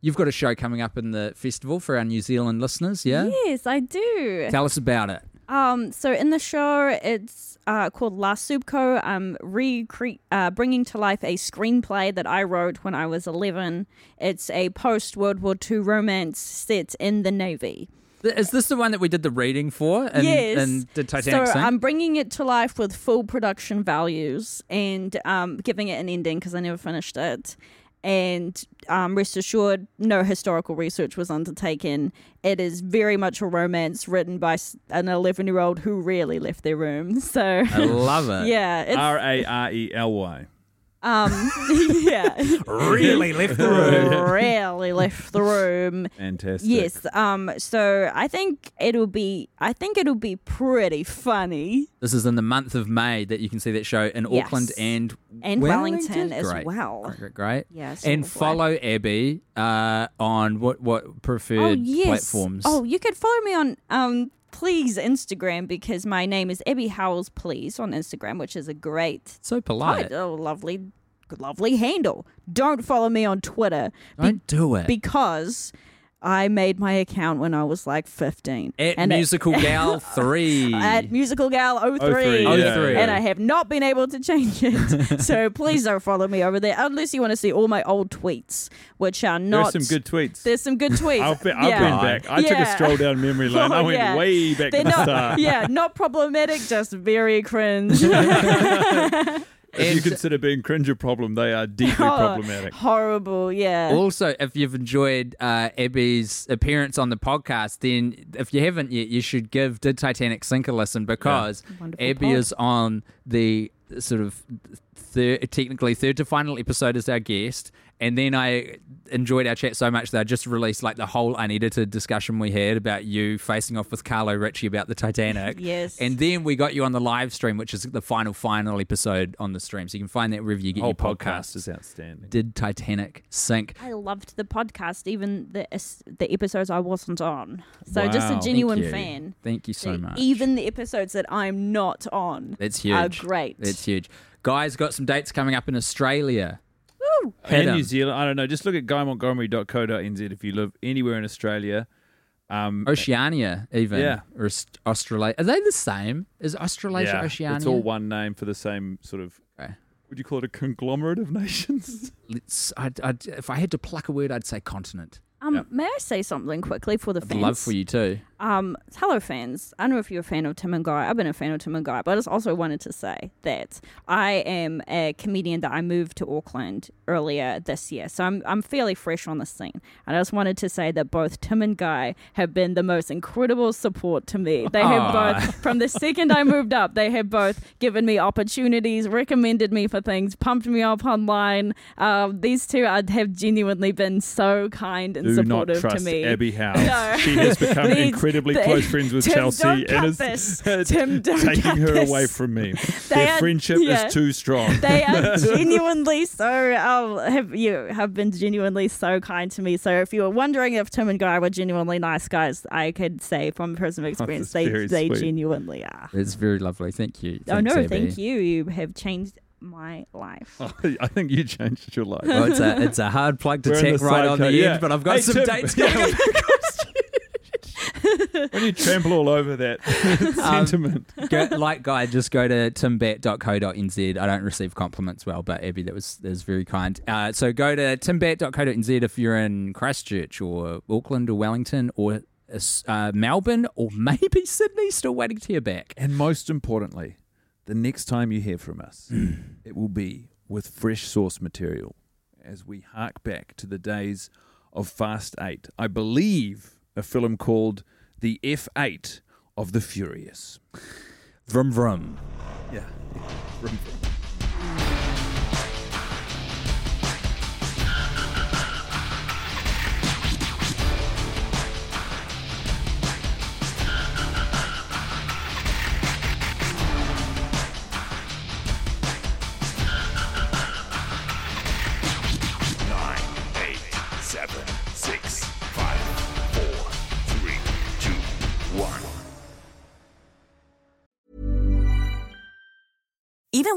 [SPEAKER 3] you've got a show coming up in the festival for our New Zealand listeners, yeah?
[SPEAKER 4] Yes, I do.
[SPEAKER 3] Tell us about it.
[SPEAKER 4] Um, so in the show, it's uh, called Last Subco. I'm recre- uh, bringing to life a screenplay that I wrote when I was 11. It's a post World War II romance set in the Navy.
[SPEAKER 3] Th- Is this the one that we did the reading for? And,
[SPEAKER 4] yes.
[SPEAKER 3] And the Titanic
[SPEAKER 4] so
[SPEAKER 3] sink?
[SPEAKER 4] I'm bringing it to life with full production values and um, giving it an ending because I never finished it. And um, rest assured, no historical research was undertaken. It is very much a romance written by s- an 11 year old who rarely left their room. So,
[SPEAKER 3] I love it.
[SPEAKER 4] yeah, it's
[SPEAKER 2] R A R E L Y.
[SPEAKER 4] um, yeah,
[SPEAKER 3] Really left the
[SPEAKER 4] rarely left the room.
[SPEAKER 2] Fantastic.
[SPEAKER 4] Yes. Um. So I think it'll be. I think it'll be pretty funny.
[SPEAKER 3] This is in the month of May that you can see that show in
[SPEAKER 4] Yes.
[SPEAKER 3] Auckland and
[SPEAKER 4] And Wellington as
[SPEAKER 3] Great.
[SPEAKER 4] well.
[SPEAKER 3] Great, great, great.
[SPEAKER 4] Yes,
[SPEAKER 3] and
[SPEAKER 4] all
[SPEAKER 3] follow Abby uh, on what what preferred
[SPEAKER 4] oh yes.
[SPEAKER 3] platforms.
[SPEAKER 4] Oh, you could follow me on um please Instagram because my name is Abby Howells please on Instagram, which is a great
[SPEAKER 3] so polite.
[SPEAKER 4] oh lovely lovely handle. Don't follow me on Twitter be-
[SPEAKER 3] Don't do it.
[SPEAKER 4] because I made my account when I was like fifteen.
[SPEAKER 3] At
[SPEAKER 4] And it-
[SPEAKER 3] Musical Gal three.
[SPEAKER 4] at Musical Gal 03,
[SPEAKER 2] 03, yeah,
[SPEAKER 3] 03.
[SPEAKER 4] and I have not been able to change it. so please don't follow me over there unless you want to see all my old tweets, which are
[SPEAKER 2] There
[SPEAKER 4] not
[SPEAKER 2] are some good tweets.
[SPEAKER 4] There's some good tweets.
[SPEAKER 2] I've been, I've
[SPEAKER 4] Yeah.
[SPEAKER 2] been back. I took a
[SPEAKER 4] Yeah.
[SPEAKER 2] stroll down memory lane. I
[SPEAKER 4] Oh,
[SPEAKER 2] went
[SPEAKER 4] yeah.
[SPEAKER 2] way back
[SPEAKER 4] They're
[SPEAKER 2] to the
[SPEAKER 4] not,
[SPEAKER 2] start.
[SPEAKER 4] yeah, not problematic, just very cringe.
[SPEAKER 2] If you
[SPEAKER 3] And-
[SPEAKER 2] consider being cringe a problem, they are deeply
[SPEAKER 4] Oh,
[SPEAKER 2] problematic.
[SPEAKER 4] Horrible, yeah.
[SPEAKER 3] Also, if you've enjoyed uh, Abby's appearance on the podcast, then if you haven't yet, you should give Did Titanic Sink a listen because
[SPEAKER 4] Wonderful
[SPEAKER 3] Abby
[SPEAKER 4] pod.
[SPEAKER 3] is on the sort of thir- technically third to final episode as our guest. And then I enjoyed our chat so much that I just released like the whole unedited discussion we had about you facing off with Carlo Ricci about the Titanic.
[SPEAKER 4] Yes.
[SPEAKER 3] And then we got you on the live stream, which is the final, final episode on the stream. So you can find that wherever you get
[SPEAKER 2] Whole
[SPEAKER 3] your podcasts.
[SPEAKER 2] podcast is outstanding.
[SPEAKER 3] Did Titanic Sink?
[SPEAKER 4] I loved the podcast, even the the episodes I wasn't on. So just
[SPEAKER 2] Wow.
[SPEAKER 4] a
[SPEAKER 2] Thank
[SPEAKER 4] genuine
[SPEAKER 3] you.
[SPEAKER 4] fan. E-,
[SPEAKER 3] Thank you so much.
[SPEAKER 4] Even the episodes that I'm not on.
[SPEAKER 3] That's
[SPEAKER 4] Are
[SPEAKER 3] huge.
[SPEAKER 4] great.
[SPEAKER 3] That's huge. Guys, got some dates coming up in Australia.
[SPEAKER 4] Woo!
[SPEAKER 3] Hit
[SPEAKER 2] and
[SPEAKER 3] 'em.
[SPEAKER 2] New Zealand, I don't know. Just look at guymontgomery.co.nz if you live anywhere in Australia. Um,
[SPEAKER 3] Oceania, even.
[SPEAKER 2] Yeah.
[SPEAKER 3] Or Aus- Australasia. Are they the same? Is Australasia
[SPEAKER 2] yeah,
[SPEAKER 3] Oceania?
[SPEAKER 2] it's all one name for the same sort of.
[SPEAKER 3] Okay.
[SPEAKER 2] Would you call it a conglomerate of nations?
[SPEAKER 3] Let's, I'd, I'd, if I had to pluck a word, I'd say continent.
[SPEAKER 4] Um,
[SPEAKER 2] Yep.
[SPEAKER 4] May I say something quickly for the
[SPEAKER 3] I'd
[SPEAKER 4] fans?
[SPEAKER 3] love for you too.
[SPEAKER 4] Um, hello, fans. I don't know if you're a fan of Tim and Guy. I've been a fan of Tim and Guy, but I just also wanted to say that I am a comedian that I moved to Auckland earlier this year, so I'm I'm fairly fresh on the scene. And I just wanted to say that both Tim and Guy have been the most incredible support to me. They have
[SPEAKER 3] Aw.
[SPEAKER 4] both from the second I moved up, they have both given me opportunities, recommended me for things, pumped me up online. Um, these two are, have genuinely been so kind and
[SPEAKER 2] Do not
[SPEAKER 4] supportive
[SPEAKER 2] trust
[SPEAKER 4] to me.
[SPEAKER 2] Abby Howe.
[SPEAKER 4] No.
[SPEAKER 2] She has become
[SPEAKER 4] These-
[SPEAKER 2] incredibly
[SPEAKER 4] they-
[SPEAKER 2] close friends with
[SPEAKER 4] Tim,
[SPEAKER 2] Chelsea
[SPEAKER 4] don't cut
[SPEAKER 2] and is
[SPEAKER 4] this. Tim, don't
[SPEAKER 2] taking
[SPEAKER 4] cut
[SPEAKER 2] her
[SPEAKER 4] this.
[SPEAKER 2] away from me.
[SPEAKER 4] They
[SPEAKER 2] Their
[SPEAKER 4] are-
[SPEAKER 2] friendship
[SPEAKER 4] yeah.
[SPEAKER 2] is too strong.
[SPEAKER 4] they are genuinely so um, have you have been genuinely so kind to me. So if you were wondering if Tim and Guy were genuinely nice guys, I could say from personal experience they
[SPEAKER 2] very
[SPEAKER 4] they
[SPEAKER 2] sweet.
[SPEAKER 4] genuinely are.
[SPEAKER 3] It's very lovely. Thank you.
[SPEAKER 4] oh
[SPEAKER 3] Thanks,
[SPEAKER 4] no,
[SPEAKER 3] Abby.
[SPEAKER 4] thank you. You have changed my life.
[SPEAKER 2] I think you changed your life.
[SPEAKER 3] Well, it's a it's a hard plug to
[SPEAKER 2] We're in
[SPEAKER 3] take
[SPEAKER 2] the
[SPEAKER 3] right
[SPEAKER 2] side
[SPEAKER 3] on
[SPEAKER 2] cut,
[SPEAKER 3] the
[SPEAKER 2] yeah.
[SPEAKER 3] end, but I've got
[SPEAKER 2] Hey,
[SPEAKER 3] some
[SPEAKER 2] Tim.
[SPEAKER 3] dates.
[SPEAKER 2] Yeah.
[SPEAKER 3] coming.
[SPEAKER 2] when you trample all over that
[SPEAKER 3] Um,
[SPEAKER 2] sentiment,
[SPEAKER 3] go, like guy, just go to timbat.co.nz. I don't receive compliments well, but Abby, that was that was very kind. Uh, so go to timbat.co.nz if you're in Christchurch or Auckland or Wellington or uh, Melbourne or maybe Sydney. Still waiting to hear back.
[SPEAKER 2] and most importantly, the next time you hear from us, it will be with fresh source material as we hark back to the days of Fast Eight. I believe a film called The F8 of the Furious.
[SPEAKER 3] Vroom vroom.
[SPEAKER 2] Yeah.
[SPEAKER 1] Nine, eight, seven, six, five, four, three, two, one.
[SPEAKER 7] Even